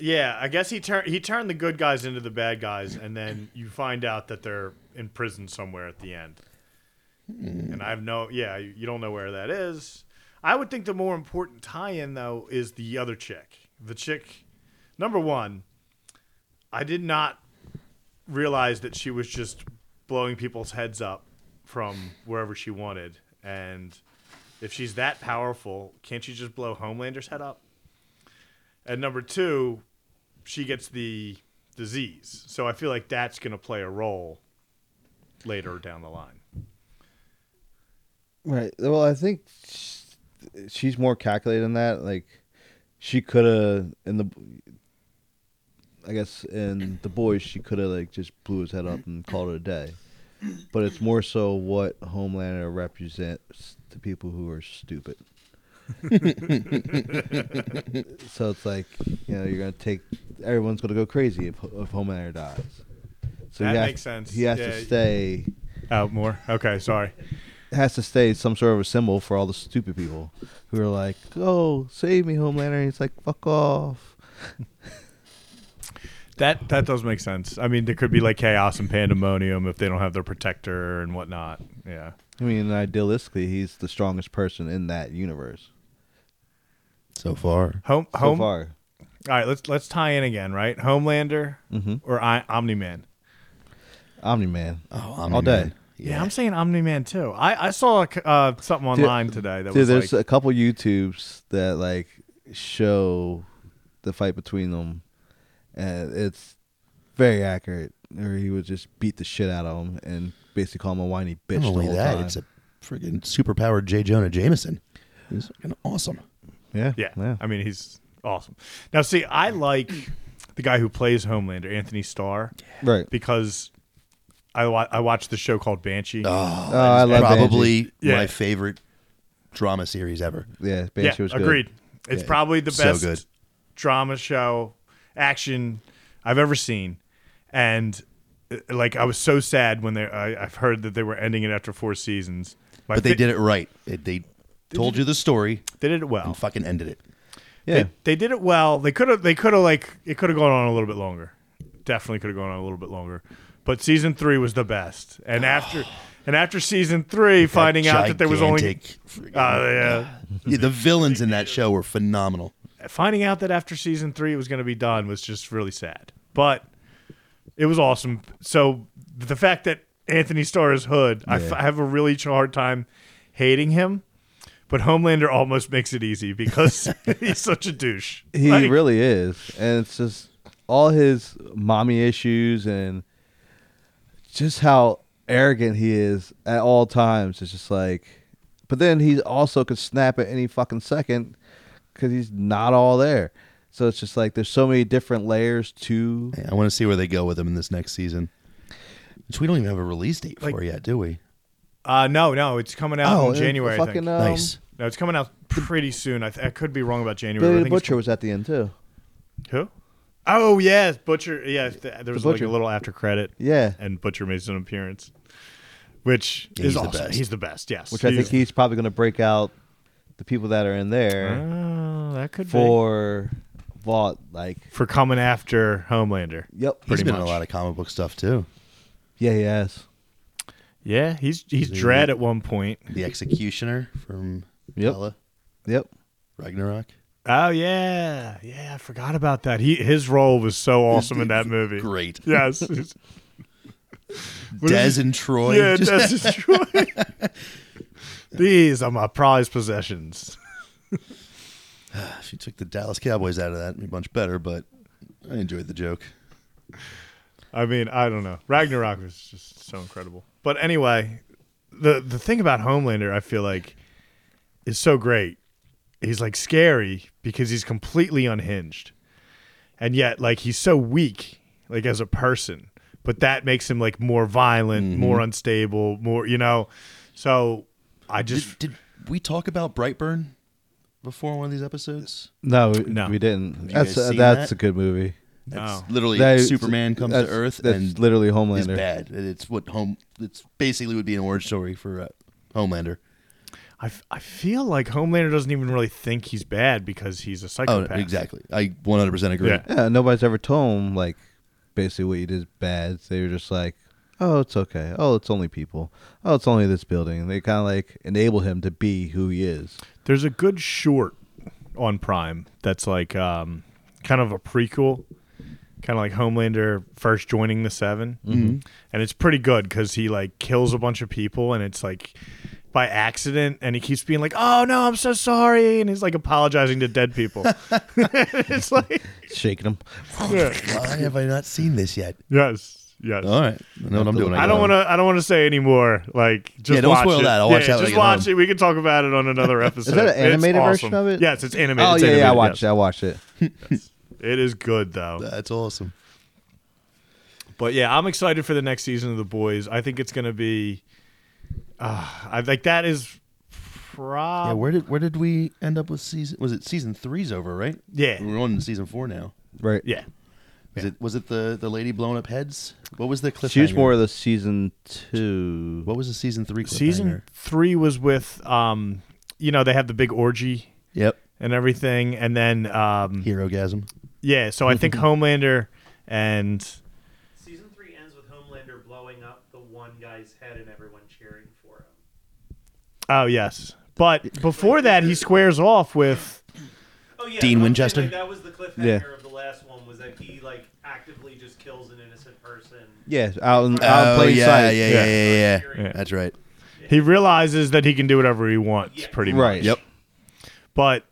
Speaker 6: yeah, I guess he turned he turned the good guys into the bad guys, and then you find out that they're in prison somewhere at the end. And I have no yeah, you you don't know where that is. I would think the more important tie-in though is the other chick. The chick number one, I did not realize that she was just blowing people's heads up from wherever she wanted. And if she's that powerful, can't she just blow Homelander's head up? And number two, she gets the disease. So I feel like that's going to play a role later down the line.
Speaker 5: Right. Well, I think sh- she's more calculated than that. Like she could have in the, I guess in the boys she could have like just blew his head up and called it a day. But it's more so what Homelander represents to people who are
Speaker 6: *laughs*
Speaker 5: stupid. so it's like you know you're gonna take everyone's gonna go crazy if, if Homelander dies. So
Speaker 6: That
Speaker 5: he has-
Speaker 6: makes sense.
Speaker 5: He has
Speaker 6: Yeah.
Speaker 5: to stay
Speaker 6: Oh, more? Okay, sorry.
Speaker 5: has to stay some sort of a symbol for all the stupid people who are like, "Oh, save me, Homelander!" And he's like, "Fuck off."
Speaker 6: That that does make sense. I mean, there could be like chaos and pandemonium if they don't have their protector and whatnot. Yeah.
Speaker 5: I mean, idealistically, he's the strongest person in that universe
Speaker 4: so far.
Speaker 6: Home
Speaker 5: so
Speaker 6: home
Speaker 5: far.
Speaker 6: All right, let's let's tie in again, right? Homelander
Speaker 5: Mm-hmm.
Speaker 6: or I, Omni Man.
Speaker 5: Omni Man.
Speaker 4: Oh,
Speaker 5: all day.
Speaker 4: Omni-Man.
Speaker 6: Yeah. I'm saying Omni Man too. I I saw uh, something online today that
Speaker 5: Dude,
Speaker 6: was
Speaker 5: there's
Speaker 6: like,
Speaker 5: a couple YouTubes that like show the fight between them, and it's very accurate. Or he would just beat the shit out of him and basically call him a whiny bitch.
Speaker 4: Not
Speaker 5: the
Speaker 4: only
Speaker 5: whole
Speaker 4: that,
Speaker 5: time.
Speaker 4: it's a friggin' superpowered J. Jonah Jameson. He's fucking awesome.
Speaker 5: yeah,
Speaker 6: yeah. I mean, he's awesome. Now, see, I like the guy who plays Homelander, Anthony Starr,
Speaker 5: Right.
Speaker 6: because I wa- I watched the show called Banshee.
Speaker 5: Oh, I love Banshee.
Speaker 4: Probably
Speaker 6: Yeah.
Speaker 4: my favorite drama series ever.
Speaker 5: Yeah, Banshee was good.
Speaker 6: agreed. It's
Speaker 4: Yeah,
Speaker 6: probably the
Speaker 4: so
Speaker 6: best
Speaker 4: good.
Speaker 6: drama show action I've ever seen, and uh, like I was so sad when they I, I've heard that they were ending it after four seasons. My
Speaker 4: But they
Speaker 6: fa-
Speaker 4: did it right. It, they told you the story
Speaker 6: They did it well.
Speaker 4: and fucking ended it.
Speaker 5: Yeah.
Speaker 6: They, they did it well. They could have. They could have like it could have gone on a little bit longer. Definitely could have gone on a little bit longer. But season three was the best. And after and after season three, finding out that there was only
Speaker 4: Gigantic freaking-
Speaker 6: uh, yeah,
Speaker 4: Yeah, the villains in that show were phenomenal.
Speaker 6: finding out that after season three it was going to be done was just really sad. But it was awesome. So the fact that Anthony Starr is Hood, I f I I have a really ch- hard time hating him. But Homelander almost makes it easy because *laughs* he's such a douche.
Speaker 5: He
Speaker 6: Like-
Speaker 5: really is, and it's just all his mommy issues and just how arrogant he is at all times. It's just like, but then he also could snap at any fucking second because he's not all there. So it's just like there's so many different layers to.
Speaker 4: Yeah, I want to see where they go with him in this next season. Which we don't even have a release date for
Speaker 6: Like-
Speaker 4: yet, do we?
Speaker 6: Uh, no, no, it's coming out in
Speaker 5: and
Speaker 6: January. I
Speaker 5: Fucking
Speaker 6: think.
Speaker 5: um,
Speaker 4: nice.
Speaker 6: no, it's coming out pretty soon. I, th- I could be wrong about January. but
Speaker 5: Billy
Speaker 6: I
Speaker 5: the
Speaker 6: think it's
Speaker 5: Butcher was at the end too.
Speaker 6: com- who? Oh yes, Butcher. Yeah, th- there was like
Speaker 5: Butcher.
Speaker 6: a little after credit.
Speaker 5: Yeah.
Speaker 6: and Butcher makes an appearance, which
Speaker 4: Yeah,
Speaker 6: is
Speaker 4: he's the
Speaker 6: awesome.
Speaker 4: best.
Speaker 6: He's the best. Yes,
Speaker 5: Which I think he's probably going to break out the people that are in there
Speaker 6: Oh, that could be
Speaker 5: for Vault. Like,
Speaker 6: for coming after Homelander.
Speaker 5: yep.
Speaker 4: He's
Speaker 6: Pretty
Speaker 4: been in
Speaker 6: much.
Speaker 4: a lot of comic book stuff too.
Speaker 5: Yeah, he has.
Speaker 6: Yeah, he's he's Dread at one point.
Speaker 4: The Executioner from
Speaker 5: Yep.
Speaker 4: Hela,
Speaker 5: Yep.
Speaker 4: Ragnarok.
Speaker 6: Oh yeah, yeah. I forgot about that. He his role was so awesome in that movie.
Speaker 4: Great.
Speaker 6: Yes.
Speaker 5: *laughs*
Speaker 6: What is-
Speaker 4: Dez and Troy.
Speaker 6: Yeah,
Speaker 4: Just- *laughs*
Speaker 6: that's just true. These are my prized possessions.
Speaker 4: if you took the Dallas Cowboys out of that, it'd be much better, but I enjoyed the joke.
Speaker 6: I mean, I don't know. Ragnarok was just so incredible. But anyway, the the thing about Homelander, I feel like, is so great. He's like scary because he's completely unhinged, and yet like he's so weak, like as a person. But that makes him like more violent,
Speaker 4: Mm-hmm.
Speaker 6: more unstable, more you know. So I
Speaker 4: Did,
Speaker 6: just
Speaker 4: did we talk about Brightburn before one of these episodes?
Speaker 5: No, we,
Speaker 6: No.
Speaker 5: we didn't.
Speaker 4: you
Speaker 5: That's
Speaker 4: guys
Speaker 5: uh,
Speaker 4: seen
Speaker 5: that's
Speaker 4: that?
Speaker 5: a good movie.
Speaker 4: That's
Speaker 6: No.
Speaker 4: literally
Speaker 5: That-
Speaker 4: Superman comes to
Speaker 5: that's-
Speaker 4: Earth
Speaker 5: That's
Speaker 4: and
Speaker 5: literally
Speaker 4: is
Speaker 5: Homelander.
Speaker 4: bad. It's what home. It's basically would be an origin story for uh, Homelander.
Speaker 6: I, f- I feel like Homelander doesn't even really think he's bad because he's a
Speaker 4: Oh,
Speaker 6: psychopath.
Speaker 4: exactly. I 100% agree.
Speaker 5: *laughs*
Speaker 6: Yeah.
Speaker 5: Yeah, nobody's ever told him like basically what he did is bad. They were just like, oh, it's okay. Oh, it's only people. Oh, it's only this building. They kind of like enable him to be who he is.
Speaker 6: There's a good short on Prime that's like um, kind of a prequel, kind of like Homelander first joining the 7 mm-hmm. and it's pretty good because he like kills a bunch of people, and it's like by accident, and he keeps being like, "Oh no, I'm so sorry," and he's like apologizing to
Speaker 4: *laughs*
Speaker 6: dead people. *laughs* it's like
Speaker 5: Shaking
Speaker 6: *laughs*
Speaker 5: him.
Speaker 4: Why have I not seen this yet?
Speaker 6: yes, yes.
Speaker 4: All right. I know what I'm doing.
Speaker 6: I don't want
Speaker 4: to.
Speaker 6: to. I don't want to say any more. Like, just
Speaker 4: Yeah, don't
Speaker 6: watch
Speaker 4: spoil
Speaker 6: it.
Speaker 4: that. I'll watch that when
Speaker 6: yeah,
Speaker 4: I
Speaker 6: Just
Speaker 4: get
Speaker 6: watch
Speaker 4: home.
Speaker 6: it. We can talk about it on another
Speaker 4: *laughs*
Speaker 6: episode.
Speaker 5: an
Speaker 6: It's
Speaker 5: animated
Speaker 6: awesome.
Speaker 5: version of it?
Speaker 6: Yes, it's animated.
Speaker 5: Oh
Speaker 6: It's
Speaker 5: yeah, yeah. I
Speaker 6: animated,
Speaker 5: watched. it.
Speaker 6: yes.
Speaker 5: I watched it.
Speaker 6: It is good though.
Speaker 4: That's awesome.
Speaker 6: But yeah, I'm excited for the next season of The Boys. I think it's gonna be, uh, I like that is, prob-
Speaker 4: Yeah. Where did Where did we end up with season? Was it season three's over? Right.
Speaker 6: Yeah.
Speaker 4: We're on season four now.
Speaker 5: Right.
Speaker 6: yeah.
Speaker 4: Was it Was it the the lady blowing up heads? What was the cliffhanger?
Speaker 5: She was more of the season two.
Speaker 4: What was the season three? Cliffhanger?
Speaker 6: Season three was with, um, you know, they have the big orgy
Speaker 4: Yep.
Speaker 6: and everything, and then um,
Speaker 4: Hero gasm.
Speaker 6: yeah. So
Speaker 5: *laughs*
Speaker 6: I think Homelander and
Speaker 7: Season three ends with Homelander blowing up the one guy's head and everyone cheering for him.
Speaker 6: oh yes, but before that he squares off with.
Speaker 7: Oh yeah,
Speaker 4: Dean
Speaker 7: I'm saying,
Speaker 4: Winchester?
Speaker 7: Like, that was the cliffhanger
Speaker 5: Yeah.
Speaker 7: of the last one. Was that he like actively just kills an innocent person?
Speaker 5: Yeah, out in, out in plain
Speaker 4: Oh, yeah,
Speaker 5: sight.
Speaker 4: yeah, yeah, yeah, yeah,
Speaker 7: Yeah.
Speaker 4: That's right.
Speaker 6: He realizes that he can do whatever he wants,
Speaker 7: Yeah.
Speaker 6: pretty much.
Speaker 5: Right.
Speaker 4: Yep.
Speaker 6: But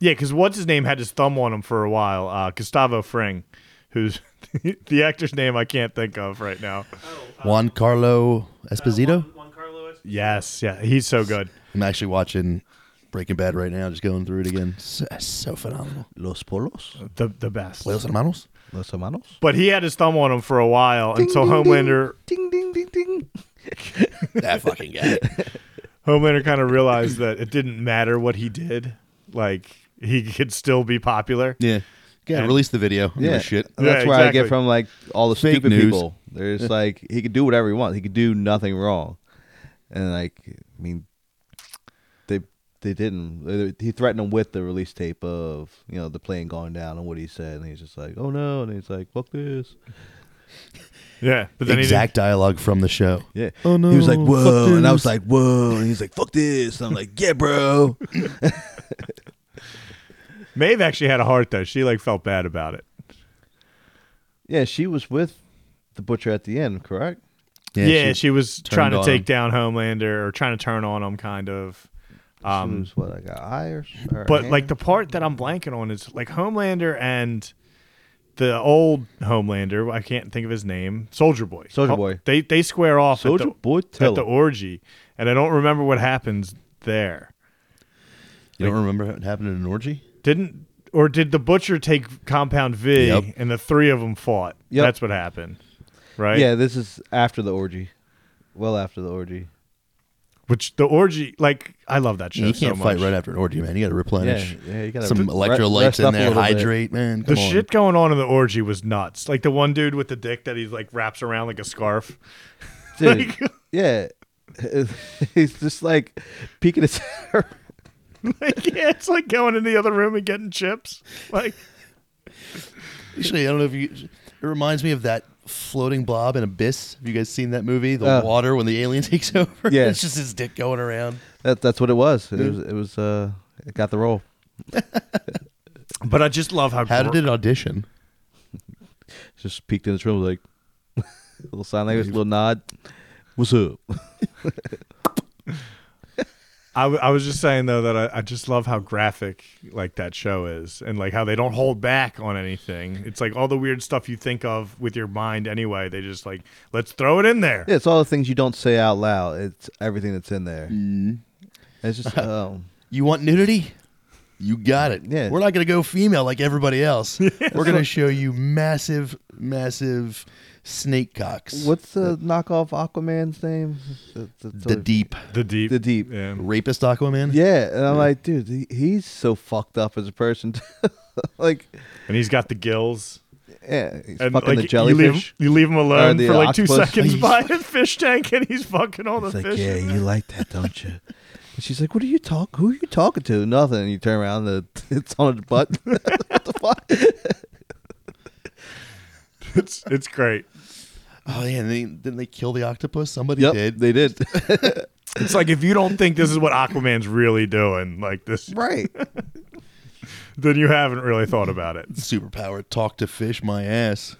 Speaker 6: yeah, because what's his name had his thumb on him for a while. Uh, Gustavo Fring, who's *laughs* the actor's name I can't think of right now.
Speaker 7: Oh, uh,
Speaker 4: Juan Carlo
Speaker 7: uh,
Speaker 4: Esposito.
Speaker 7: Juan, Juan Carlo Esposito.
Speaker 6: Yes, yeah, he's so good.
Speaker 4: I'm actually watching Breaking Bad right now, just going through it again. So, so phenomenal.
Speaker 5: Los Polos,
Speaker 6: The the best.
Speaker 4: Los Hermanos.
Speaker 5: Los Hermanos.
Speaker 6: But he had his thumb on him for a while until Homelander
Speaker 5: Ding ding ding ding.
Speaker 4: That fucking guy.
Speaker 6: Homelander kind of realized that it didn't matter what he did, like he could still be popular.
Speaker 4: *laughs* yeah. Yeah. Release the video. Yeah.
Speaker 5: Yeah,
Speaker 4: shit.
Speaker 5: And That's
Speaker 6: Yeah,
Speaker 5: where I
Speaker 6: exactly.
Speaker 5: get from like all the
Speaker 4: Fake
Speaker 5: stupid
Speaker 4: news.
Speaker 5: people. There's like he could do whatever he wants. He could do nothing wrong, and like I mean, they they didn't. He threatened him with the release tape of you know the plane going down and what he said, and he's just like, oh no, and he's like, fuck this.
Speaker 6: Yeah, but then
Speaker 4: Exact dialogue from the show.
Speaker 5: Yeah.
Speaker 4: Oh, no,
Speaker 5: He was like,
Speaker 4: fuck
Speaker 5: whoa, and I was
Speaker 4: this.
Speaker 5: like, whoa, and he's like, fuck this. And I'm like, yeah, bro.
Speaker 6: he didn't. Maeve actually had a heart though. She like felt bad about it.
Speaker 5: *laughs* yeah, she was with the butcher at the end, correct?
Speaker 6: Yeah, she, was trying to
Speaker 4: on
Speaker 6: take
Speaker 4: him.
Speaker 6: down Homelander or trying to turn on him, kind of.
Speaker 5: she
Speaker 6: Um,
Speaker 5: was what like an eye or, or a
Speaker 6: but like
Speaker 5: hand?
Speaker 6: the part that I'm blanking on is like Homelander and the old Homelander. I can't think of his name. Soldier Boy.
Speaker 5: Soldier
Speaker 6: Oh,
Speaker 5: Boy.
Speaker 6: They they square off. at
Speaker 5: Soldier
Speaker 6: the-
Speaker 5: Boy
Speaker 6: at
Speaker 5: Tell
Speaker 6: the
Speaker 5: 'em.
Speaker 6: orgy, and I don't remember what happens there.
Speaker 4: You don't remember what happened in an orgy?
Speaker 6: Didn't or did the butcher take Compound V
Speaker 4: Yep.
Speaker 6: and the three of them fought?
Speaker 5: Yep.
Speaker 6: That's what happened, right?
Speaker 5: Yeah, this is after the orgy. Well after the orgy.
Speaker 6: Which the orgy, like I love that show.
Speaker 4: you
Speaker 6: so
Speaker 4: can't fight
Speaker 6: much.
Speaker 4: right after an orgy, man. You got to replenish.
Speaker 5: Yeah, yeah, you gotta
Speaker 4: some
Speaker 5: re-
Speaker 4: electrolytes
Speaker 5: rest
Speaker 4: in
Speaker 5: up a
Speaker 4: there,
Speaker 5: little bit.
Speaker 4: hydrate, man.
Speaker 6: The
Speaker 4: Come on.
Speaker 6: shit going on in the orgy was nuts. Like the one dude with the dick that he like wraps around like a scarf. *laughs*
Speaker 5: Dude, *laughs* yeah. He's just like peeking *laughs* his head.
Speaker 6: like, yeah, it's like going in the other room and getting chips. Like
Speaker 4: Actually, I don't know if you. It reminds me of that floating blob in Abyss. Have you guys seen that movie? The
Speaker 5: Uh,
Speaker 4: water when the alien *laughs* takes over.
Speaker 5: Yeah.
Speaker 4: it's just his dick going around.
Speaker 5: That, that's what it was. It was it was uh it got the role.
Speaker 6: But I just love how
Speaker 4: How
Speaker 6: gr-
Speaker 4: did it audition?
Speaker 5: Just peeked in his room like *laughs* little sign language, little nod. What's up?
Speaker 6: I, w- I was just saying though that I, I just love how graphic like that show is and like how they don't hold back on anything. It's like all the weird stuff you think of with your mind anyway. They just like let's throw it in there.
Speaker 5: Yeah, *laughs* it's all the things you don't say out loud. It's everything that's in there. It's just um
Speaker 4: You want nudity? You got it.
Speaker 5: Yeah.
Speaker 4: We're not going to go female like everybody
Speaker 5: *laughs*
Speaker 4: else. We're going to show you massive, massive snake cocks.
Speaker 5: what's the knockoff Aquaman's name? The, the-
Speaker 4: the deep
Speaker 6: The deep.
Speaker 5: The deep.
Speaker 6: Yeah.
Speaker 4: rapist Aquaman?
Speaker 5: Yeah, and I'm like, dude, he, he's so fucked up as a person. *laughs* like,
Speaker 6: And he's got the gills.
Speaker 5: yeah, he's fucking
Speaker 6: And like
Speaker 5: the
Speaker 6: you leave
Speaker 5: jellyfish.
Speaker 6: you leave him alone
Speaker 5: the
Speaker 6: for like two
Speaker 5: octopus.
Speaker 6: seconds by a fish tank and he's fucking all the
Speaker 5: It's like,
Speaker 6: fish.
Speaker 5: yeah, you like that, don't you? And she's like, what are you talk? Who are you talking to? Nothing. And you turn around, and the, *laughs* it's on his butt. *laughs* what the
Speaker 4: *laughs*
Speaker 5: fuck?
Speaker 6: *laughs* It's it's great.
Speaker 4: Oh, yeah. And they, didn't they kill the octopus? Somebody
Speaker 5: Yep,
Speaker 4: did.
Speaker 5: They did.
Speaker 6: It's like if you don't think this is what Aquaman's really doing,
Speaker 4: *laughs*
Speaker 6: like this,
Speaker 5: right.
Speaker 6: then you haven't really thought about it.
Speaker 4: Superpower talk to fish my ass.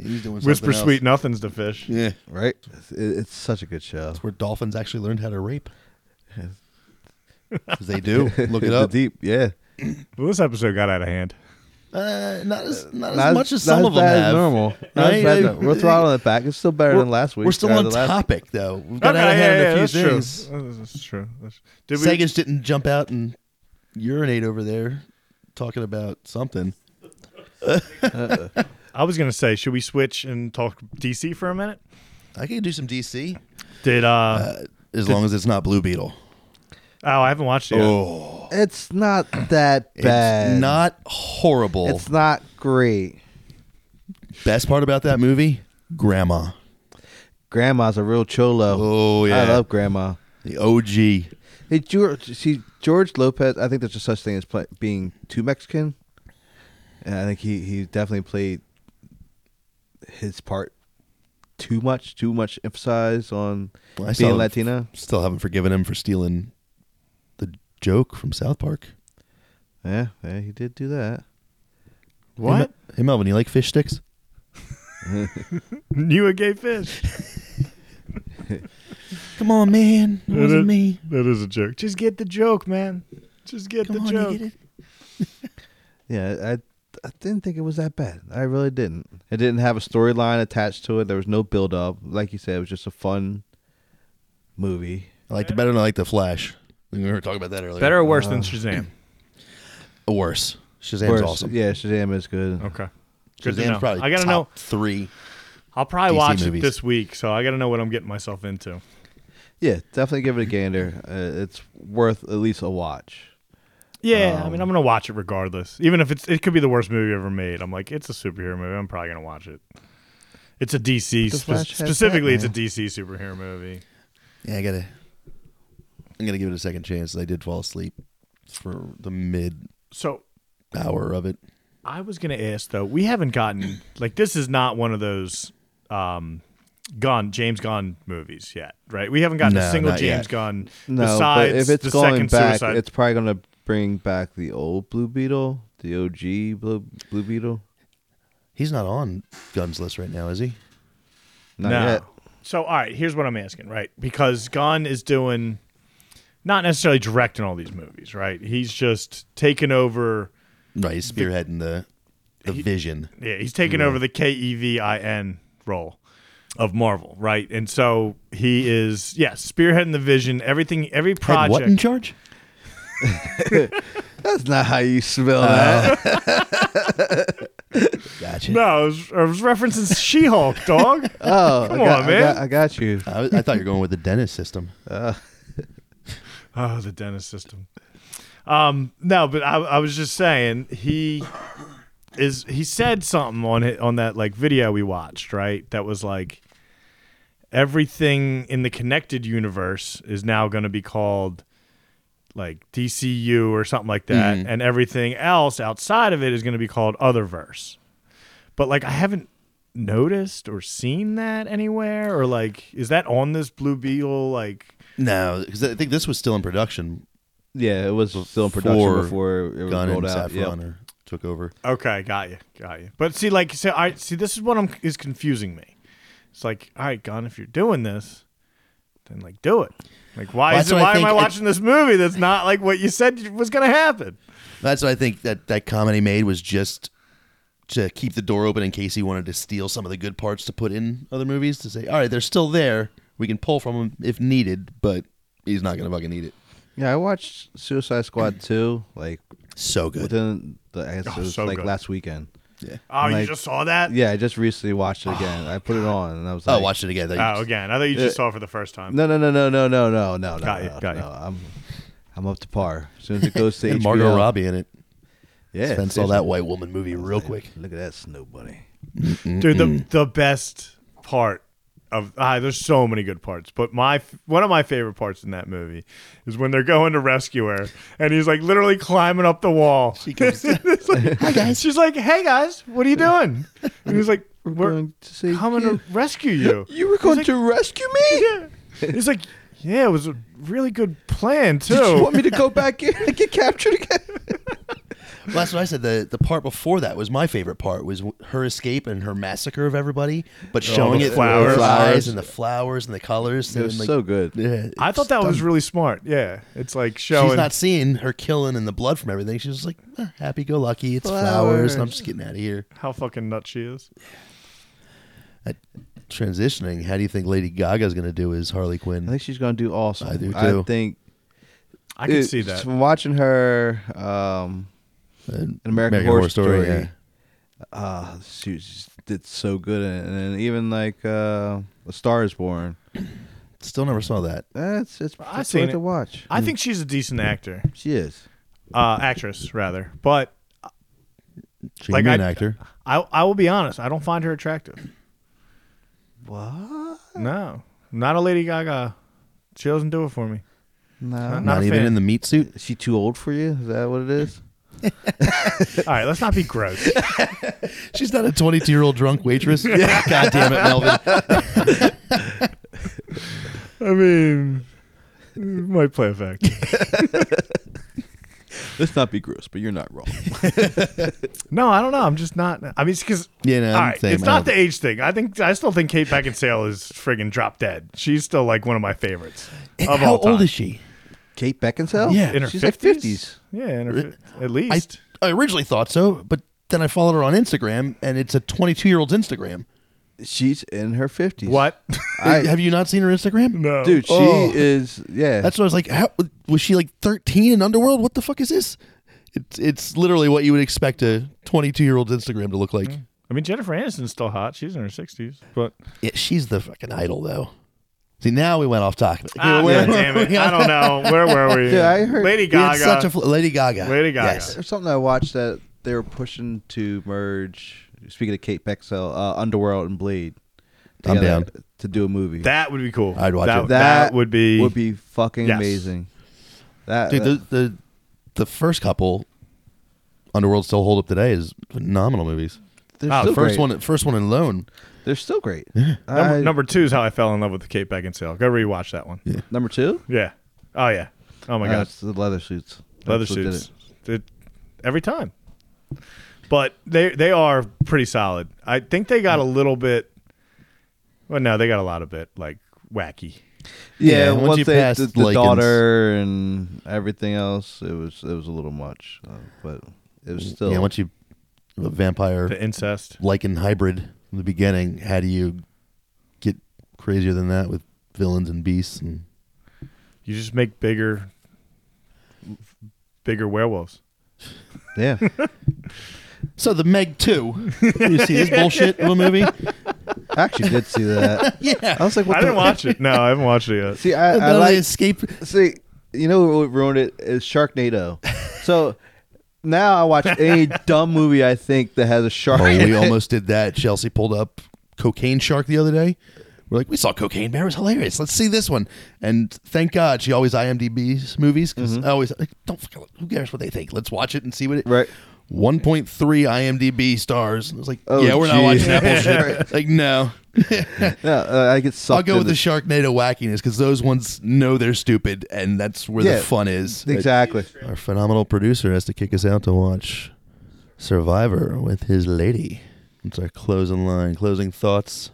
Speaker 4: He's doing
Speaker 6: Whisper
Speaker 4: something else.
Speaker 6: sweet nothings to
Speaker 4: *laughs*
Speaker 6: fish.
Speaker 4: Yeah.
Speaker 5: Right. It's, it- it's such a good show.
Speaker 4: Where dolphins actually learned how to
Speaker 5: *laughs*
Speaker 4: rape. 'Cause they do. Look it
Speaker 5: The
Speaker 4: up.
Speaker 5: deep, yeah.
Speaker 6: Well, this episode got out of hand.
Speaker 4: Uh, not as, not,
Speaker 5: Not
Speaker 4: as much as
Speaker 5: not
Speaker 4: some of them
Speaker 5: bad as
Speaker 4: have.
Speaker 5: normal. Not
Speaker 4: Right?
Speaker 5: as bad as- we're throttling it back. It's still better
Speaker 4: We're-
Speaker 5: than last week.
Speaker 4: We're still
Speaker 5: or
Speaker 4: on
Speaker 5: the last-
Speaker 4: topic, though. We've got out of hand in a few things.
Speaker 6: True. That's true. That's- Did we?
Speaker 4: Sagas didn't jump out and urinate over there talking about something.
Speaker 6: I was gonna say, should we switch and talk DC for a minute?
Speaker 4: I could do some DC
Speaker 6: Did uh,
Speaker 4: as long as it's not Blue Beetle.
Speaker 6: oh, I haven't watched it. Yet.
Speaker 5: It's not that bad.
Speaker 4: It's not horrible.
Speaker 5: It's not great.
Speaker 4: Best part about that movie, Grandma.
Speaker 5: Grandma's a real cholo.
Speaker 4: Oh, yeah.
Speaker 5: I love grandma.
Speaker 4: The OG.
Speaker 5: Hey George, see George Lopez. I think there's a such thing as play, being too Mexican, and I think he he definitely played his part too much, too much emphasis on
Speaker 4: Well, I saw
Speaker 5: being
Speaker 4: him-
Speaker 5: Latina.
Speaker 4: Still haven't forgiven him for stealing the joke from South Park.
Speaker 5: Yeah, yeah, he did do that.
Speaker 4: Hey,
Speaker 6: What?
Speaker 4: Mel- hey Melvin, you like fish sticks?
Speaker 6: Knew a gay fish.
Speaker 4: *laughs* Come on, man. It wasn't me.
Speaker 6: That is a joke. Just get the joke, man. Just get
Speaker 4: Come
Speaker 6: the
Speaker 4: on,
Speaker 6: joke.
Speaker 4: you get it.
Speaker 5: Yeah, I I didn't think it was that bad. I really didn't. It didn't have a storyline attached to it. There was no build up. Like you said, it was just a fun movie.
Speaker 4: I liked it better than I liked The Flash. We were talking about that earlier.
Speaker 6: Better or worse than Shazam?
Speaker 4: or worse? Shazam's
Speaker 5: Whereas-
Speaker 4: awesome.
Speaker 5: Yeah, Shazam is good.
Speaker 6: Okay. Good to know.
Speaker 4: Shazam's probably
Speaker 6: I gotta
Speaker 4: top
Speaker 6: know.
Speaker 4: three.
Speaker 6: I'll probably
Speaker 4: DC
Speaker 6: watch
Speaker 4: movies.
Speaker 6: it this week, so I gotta know what I'm getting myself into.
Speaker 5: Yeah, definitely give it a gander. Uh, it's worth at least a watch.
Speaker 6: Yeah, I mean, I'm gonna watch it regardless. Even if it's, it could be the worst movie ever made. I'm like, it's a superhero movie. I'm probably gonna watch it. It's a
Speaker 5: The
Speaker 6: DC spe-
Speaker 5: Flash has
Speaker 6: specifically. It's a
Speaker 5: Batman.
Speaker 6: DC superhero movie.
Speaker 4: Yeah, I gotta. I'm gonna give it a second chance. I did fall asleep for the mid
Speaker 6: So
Speaker 4: hour of it.
Speaker 6: I was gonna ask though. We haven't gotten like this is not one of those um, Gunn James Gunn movies yet, right? We haven't gotten a
Speaker 4: No,
Speaker 6: single
Speaker 4: not
Speaker 6: James
Speaker 4: yet.
Speaker 6: Gunn
Speaker 5: No,
Speaker 6: besides
Speaker 5: but if it's
Speaker 6: the
Speaker 5: going
Speaker 6: second
Speaker 5: back,
Speaker 6: Suicide.
Speaker 5: it's probably gonna bring back the old Blue Beetle, the OG Blue, Blue Beetle.
Speaker 4: He's not on Guns list right now, is he?
Speaker 5: Not
Speaker 6: no.
Speaker 5: yet.
Speaker 6: So all right, here's what I'm asking, right? Because Gunn is doing not necessarily directing all these movies, right? He's just taking over.
Speaker 4: Right, he's spearheading the the vision.
Speaker 6: Yeah, he's taking over the K E V I N role of Marvel, right? And so he is, yes, spearheading the vision. Everything, every
Speaker 4: Had what in charge?
Speaker 6: project.
Speaker 5: That's not how you spell
Speaker 6: *laughs*
Speaker 5: that.
Speaker 4: Gotcha.
Speaker 6: No, I was, I was referencing She Hulk, dog.
Speaker 5: Oh,
Speaker 6: Come
Speaker 5: I got, I
Speaker 6: on,
Speaker 5: got,
Speaker 6: man.
Speaker 5: I got you.
Speaker 4: I, was- I thought you were going with the dentist
Speaker 5: *laughs*
Speaker 4: system.
Speaker 6: Oh, the dentist system. Um, no, but I, I was just saying he is. He said something on it on that like video we watched, right? That was like everything in the connected universe is now going to be called like DCU or something like that, and everything else outside of it is going to be called Otherverse. But like, I haven't noticed or seen that anywhere, or like, is that on this Blue Beetle like?
Speaker 4: No, because I think this was still in production.
Speaker 5: Yeah, it was still in production
Speaker 4: Before
Speaker 5: before it was
Speaker 4: Gunn and
Speaker 5: rolled out. Yep.
Speaker 4: Saffron are- took over.
Speaker 6: Okay, got you, got you. But see, like, so I see this is what I'm is confusing me. It's like, all right, Gun, if you're doing this, then like do it. Like, why
Speaker 4: Well,
Speaker 6: is
Speaker 4: that's
Speaker 6: it,
Speaker 4: what I
Speaker 6: why am
Speaker 4: think
Speaker 6: I
Speaker 4: it-
Speaker 6: watching this movie that's not like what you said was gonna happen?
Speaker 4: That's what I think that that comedy made was just to keep the door open in case he wanted to steal some of the good parts to put in other movies to say, all right, they're still there. We can pull from them if needed, but he's not going to fucking need it.
Speaker 5: Yeah, I watched Suicide Squad 2, like
Speaker 4: So good.
Speaker 5: within the I guess it
Speaker 6: Oh,
Speaker 5: was
Speaker 6: so
Speaker 5: like
Speaker 6: good.
Speaker 5: last weekend.
Speaker 6: Oh, you
Speaker 5: Like-
Speaker 6: just saw that?
Speaker 5: Yeah, I just recently watched it again. I put it on and I was
Speaker 4: oh,
Speaker 5: like,
Speaker 4: watch it again.
Speaker 5: Ah,
Speaker 6: Oh, again. I thought you just saw it for the first time.
Speaker 5: No, no, no, no, no, no, no, no, no.
Speaker 6: Got you,
Speaker 5: no,
Speaker 6: got you.
Speaker 5: no. I'm, I'm up to par. As soon as it goes
Speaker 4: *laughs*
Speaker 5: to
Speaker 4: and
Speaker 5: HBO,
Speaker 4: Margot Robbie in it.
Speaker 5: yeah,
Speaker 4: Spence saw
Speaker 5: seriously.
Speaker 4: that white woman movie real quick.
Speaker 5: Look at that snow bunny.
Speaker 6: Dude, the
Speaker 5: Mm-hmm.
Speaker 6: the best part of ah, there's so many good parts, but my f- one of my favorite parts in that movie is when they're going to rescue her, and he's like literally climbing up
Speaker 5: *laughs*
Speaker 6: the wall. She *laughs* comes, hi guys. She's like, hey guys, what are you doing? And he's like, we're,
Speaker 5: going to save
Speaker 6: coming
Speaker 5: you."
Speaker 6: to rescue you.
Speaker 5: *laughs* You were going to rescue *laughs* me?
Speaker 6: yeah. He's like, yeah, it was a really good plan too.
Speaker 5: Did you want me to go back in and get captured again?
Speaker 4: Well, that's what I said. The the part before that was my favorite part was w- her escape and her massacre of everybody, but showing
Speaker 6: the
Speaker 4: it
Speaker 6: flowers.
Speaker 4: through her
Speaker 5: Oh, Flowers.
Speaker 4: eyes and the flowers and the colors.
Speaker 5: *laughs* It
Speaker 4: and,
Speaker 5: was
Speaker 4: like,
Speaker 5: so good.
Speaker 4: Yeah,
Speaker 6: I thought that was
Speaker 4: stunning.
Speaker 6: really smart. Yeah, it's like showing.
Speaker 4: She's not seeing her killing and the blood from everything. She's just like eh, happy go lucky. It's flowers. and I'm just getting out of here.
Speaker 6: how fucking nuts she is.
Speaker 4: I, transitioning. How do you think Lady Gaga's going to do as Harley
Speaker 5: I
Speaker 4: Quinn?
Speaker 5: think she's gonna do awesome.
Speaker 4: I do
Speaker 5: I
Speaker 4: too.
Speaker 5: think
Speaker 6: I can
Speaker 5: it-
Speaker 6: see that.
Speaker 5: From watching her, um,
Speaker 4: An
Speaker 5: in American, Horror, Story,
Speaker 4: yeah.
Speaker 5: uh, she just did so good, in it. and then even like uh, A Star Is Born.
Speaker 4: Still never saw that.
Speaker 5: That's it's,
Speaker 6: I
Speaker 5: it's
Speaker 6: seen
Speaker 5: worth
Speaker 6: it.
Speaker 5: to watch.
Speaker 6: I think she's a decent actor.
Speaker 5: She is.
Speaker 6: uh, actress rather. But
Speaker 4: She
Speaker 6: Like,
Speaker 4: can be an
Speaker 6: I-
Speaker 4: actor.
Speaker 6: I I will be honest, I don't find her attractive.
Speaker 5: What?
Speaker 6: No, not a Lady Gaga. She doesn't do it for me.
Speaker 5: No.
Speaker 6: not
Speaker 4: Not,
Speaker 6: a
Speaker 4: even
Speaker 6: fan.
Speaker 4: in the meat
Speaker 6: *laughs*
Speaker 4: suit.
Speaker 5: Is she too old for you? Is that what it is?
Speaker 6: All right, let's not be gross.
Speaker 4: She's not a 22 year old drunk
Speaker 6: *laughs*
Speaker 4: waitress. God damn it, Melvin.
Speaker 6: I mean, it might play a factor.
Speaker 5: Let's not be gross, but you're not wrong.
Speaker 6: No, I don't know. I'm just not. I mean, it's because
Speaker 4: Yeah, no,
Speaker 6: all
Speaker 4: I'm
Speaker 6: right,
Speaker 4: same.
Speaker 6: it's
Speaker 4: I
Speaker 6: not
Speaker 4: don't-
Speaker 6: the age thing. I think I still think Kate Beckinsale is friggin' drop dead. She's still like one of my favorites of
Speaker 4: How
Speaker 6: all time.
Speaker 4: old is she?
Speaker 5: *laughs* Kate Beckinsale?
Speaker 4: Yeah.
Speaker 6: In her
Speaker 5: she's
Speaker 6: 50s?
Speaker 5: like fifties.
Speaker 6: Yeah, in her,
Speaker 4: Re-
Speaker 6: fi- at
Speaker 4: I,
Speaker 6: least.
Speaker 4: I originally thought so, but then I followed her on Instagram, and it's a 22 year old's Instagram.
Speaker 5: She's in her fifties.
Speaker 6: What? *laughs*
Speaker 5: I,
Speaker 4: Have you not seen her Instagram?
Speaker 6: no.
Speaker 5: dude, she
Speaker 4: Oh.
Speaker 5: is. Yeah,
Speaker 4: That's what I was like. How, was she like 13 in Underworld? What the fuck is this? It's it's literally what you would expect a 22 year old's Instagram to look like.
Speaker 6: I mean, Jennifer Aniston's still hot. She's in her 60s. But
Speaker 4: Yeah, she's the fucking idol though. See, now we went off topic.
Speaker 6: ah,
Speaker 4: We- we-
Speaker 6: God damn it. I don't know. Where were we?
Speaker 5: Dude, I heard-
Speaker 6: Lady
Speaker 4: we had
Speaker 6: Gaga.
Speaker 4: such a fl- Lady Gaga.
Speaker 6: Lady Gaga.
Speaker 4: Yes.
Speaker 5: there's something I watched that they were pushing to merge. Speaking of Kate Beckinsale, uh, Underworld and Blade.
Speaker 4: I'm
Speaker 5: together
Speaker 4: down.
Speaker 5: to do a movie.
Speaker 6: that would be cool.
Speaker 4: I'd watch
Speaker 6: that,
Speaker 4: it.
Speaker 6: That would be.
Speaker 5: would be fucking
Speaker 6: Yes.
Speaker 5: amazing. That
Speaker 4: Dude,
Speaker 5: that-
Speaker 4: the, the the first couple Underworld still hold up today is phenomenal movies.
Speaker 5: they're
Speaker 4: The
Speaker 6: Oh,
Speaker 5: still
Speaker 4: first
Speaker 5: great.
Speaker 4: one, first one in Loan.
Speaker 5: they're still great.
Speaker 6: number,
Speaker 5: I-
Speaker 6: number two is how I fell in love with Kate Beckinsale. Go rewatch that one. Yeah.
Speaker 5: number two.
Speaker 6: Oh, yeah. Oh, my
Speaker 5: Uh,
Speaker 6: God.
Speaker 5: it's the leather suits.
Speaker 6: leather
Speaker 5: That's what did
Speaker 6: suits
Speaker 5: it.
Speaker 6: It- every time but they they are pretty solid i think they got a little bit well no they got a lot of bit like wacky
Speaker 5: Yeah,
Speaker 4: Yeah,
Speaker 5: once,
Speaker 4: once you
Speaker 5: they
Speaker 4: pass
Speaker 5: the, the
Speaker 4: Likens.
Speaker 5: daughter and everything else, it was it was a little much, uh, but it was still.
Speaker 4: Yeah, once you a vampire
Speaker 6: the incest
Speaker 4: Lycan hybrid in the beginning. How do you get crazier than that with villains and beasts? And
Speaker 6: you just make bigger bigger werewolves
Speaker 4: *laughs*
Speaker 5: yeah,
Speaker 4: so the Meg Two, you see this bullshit of a movie?
Speaker 5: I actually did see that.
Speaker 4: *laughs* Yeah,
Speaker 5: I was like, what
Speaker 6: i
Speaker 5: the-
Speaker 6: didn't watch it no i haven't watched it yet
Speaker 5: See, I,
Speaker 4: and
Speaker 5: I
Speaker 4: then they
Speaker 5: like
Speaker 4: escape.
Speaker 5: see. You know what ruined it
Speaker 4: *laughs*
Speaker 5: is Sharknado. So now I watch any dumb movie I think that has a shark.
Speaker 4: Oh,
Speaker 5: in
Speaker 4: we
Speaker 5: it.
Speaker 4: almost did that. Chelsea pulled up Cocaine Shark the other day. We're like, we saw Cocaine Bear. It was hilarious. Let's see this one. And thank God she always IMDb's movies because
Speaker 5: Mm-hmm.
Speaker 4: I always like, don't fucking who cares what they think. Let's watch it and see what it.
Speaker 5: Right.
Speaker 4: 1.3 IMDb stars. And I was like,
Speaker 5: Oh,
Speaker 4: yeah, we're not
Speaker 5: gee.
Speaker 4: watching
Speaker 5: *laughs*
Speaker 4: that bullshit. like, no.
Speaker 5: Yeah, uh, I get sucked.
Speaker 4: I'll go with the
Speaker 5: into-
Speaker 4: Sharknado wackiness because those ones know they're stupid, and that's where
Speaker 5: Yeah,
Speaker 4: the fun is.
Speaker 5: exactly.
Speaker 4: Our phenomenal producer has to kick us out to watch Survivor with his lady. It's our closing line, closing thoughts.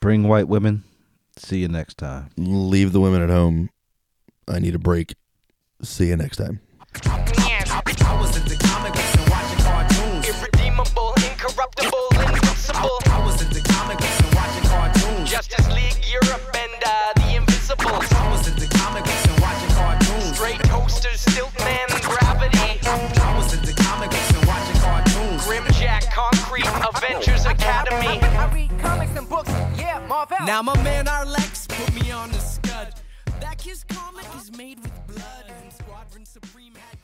Speaker 5: Bring white women. See you next time.
Speaker 4: Leave the women at home. I need a break. See you next time.
Speaker 1: I was into comic books and watching cartoons.
Speaker 2: Irredeemable, incorruptible, invincible.
Speaker 1: I was into comic books and watching cartoons.
Speaker 2: Justice League Europe and uh, the Invisibles.
Speaker 1: I was into comic books and watching cartoons.
Speaker 2: Straight coasters, stilt man, gravity.
Speaker 1: I was into comic books and watching cartoons.
Speaker 2: Grimjack, concrete, Avengers Academy.
Speaker 8: I read comics and books. Yeah, Marvel.
Speaker 1: Now my man Arlex put me on the scud. Back his comic is made with blood and Squadron Supreme had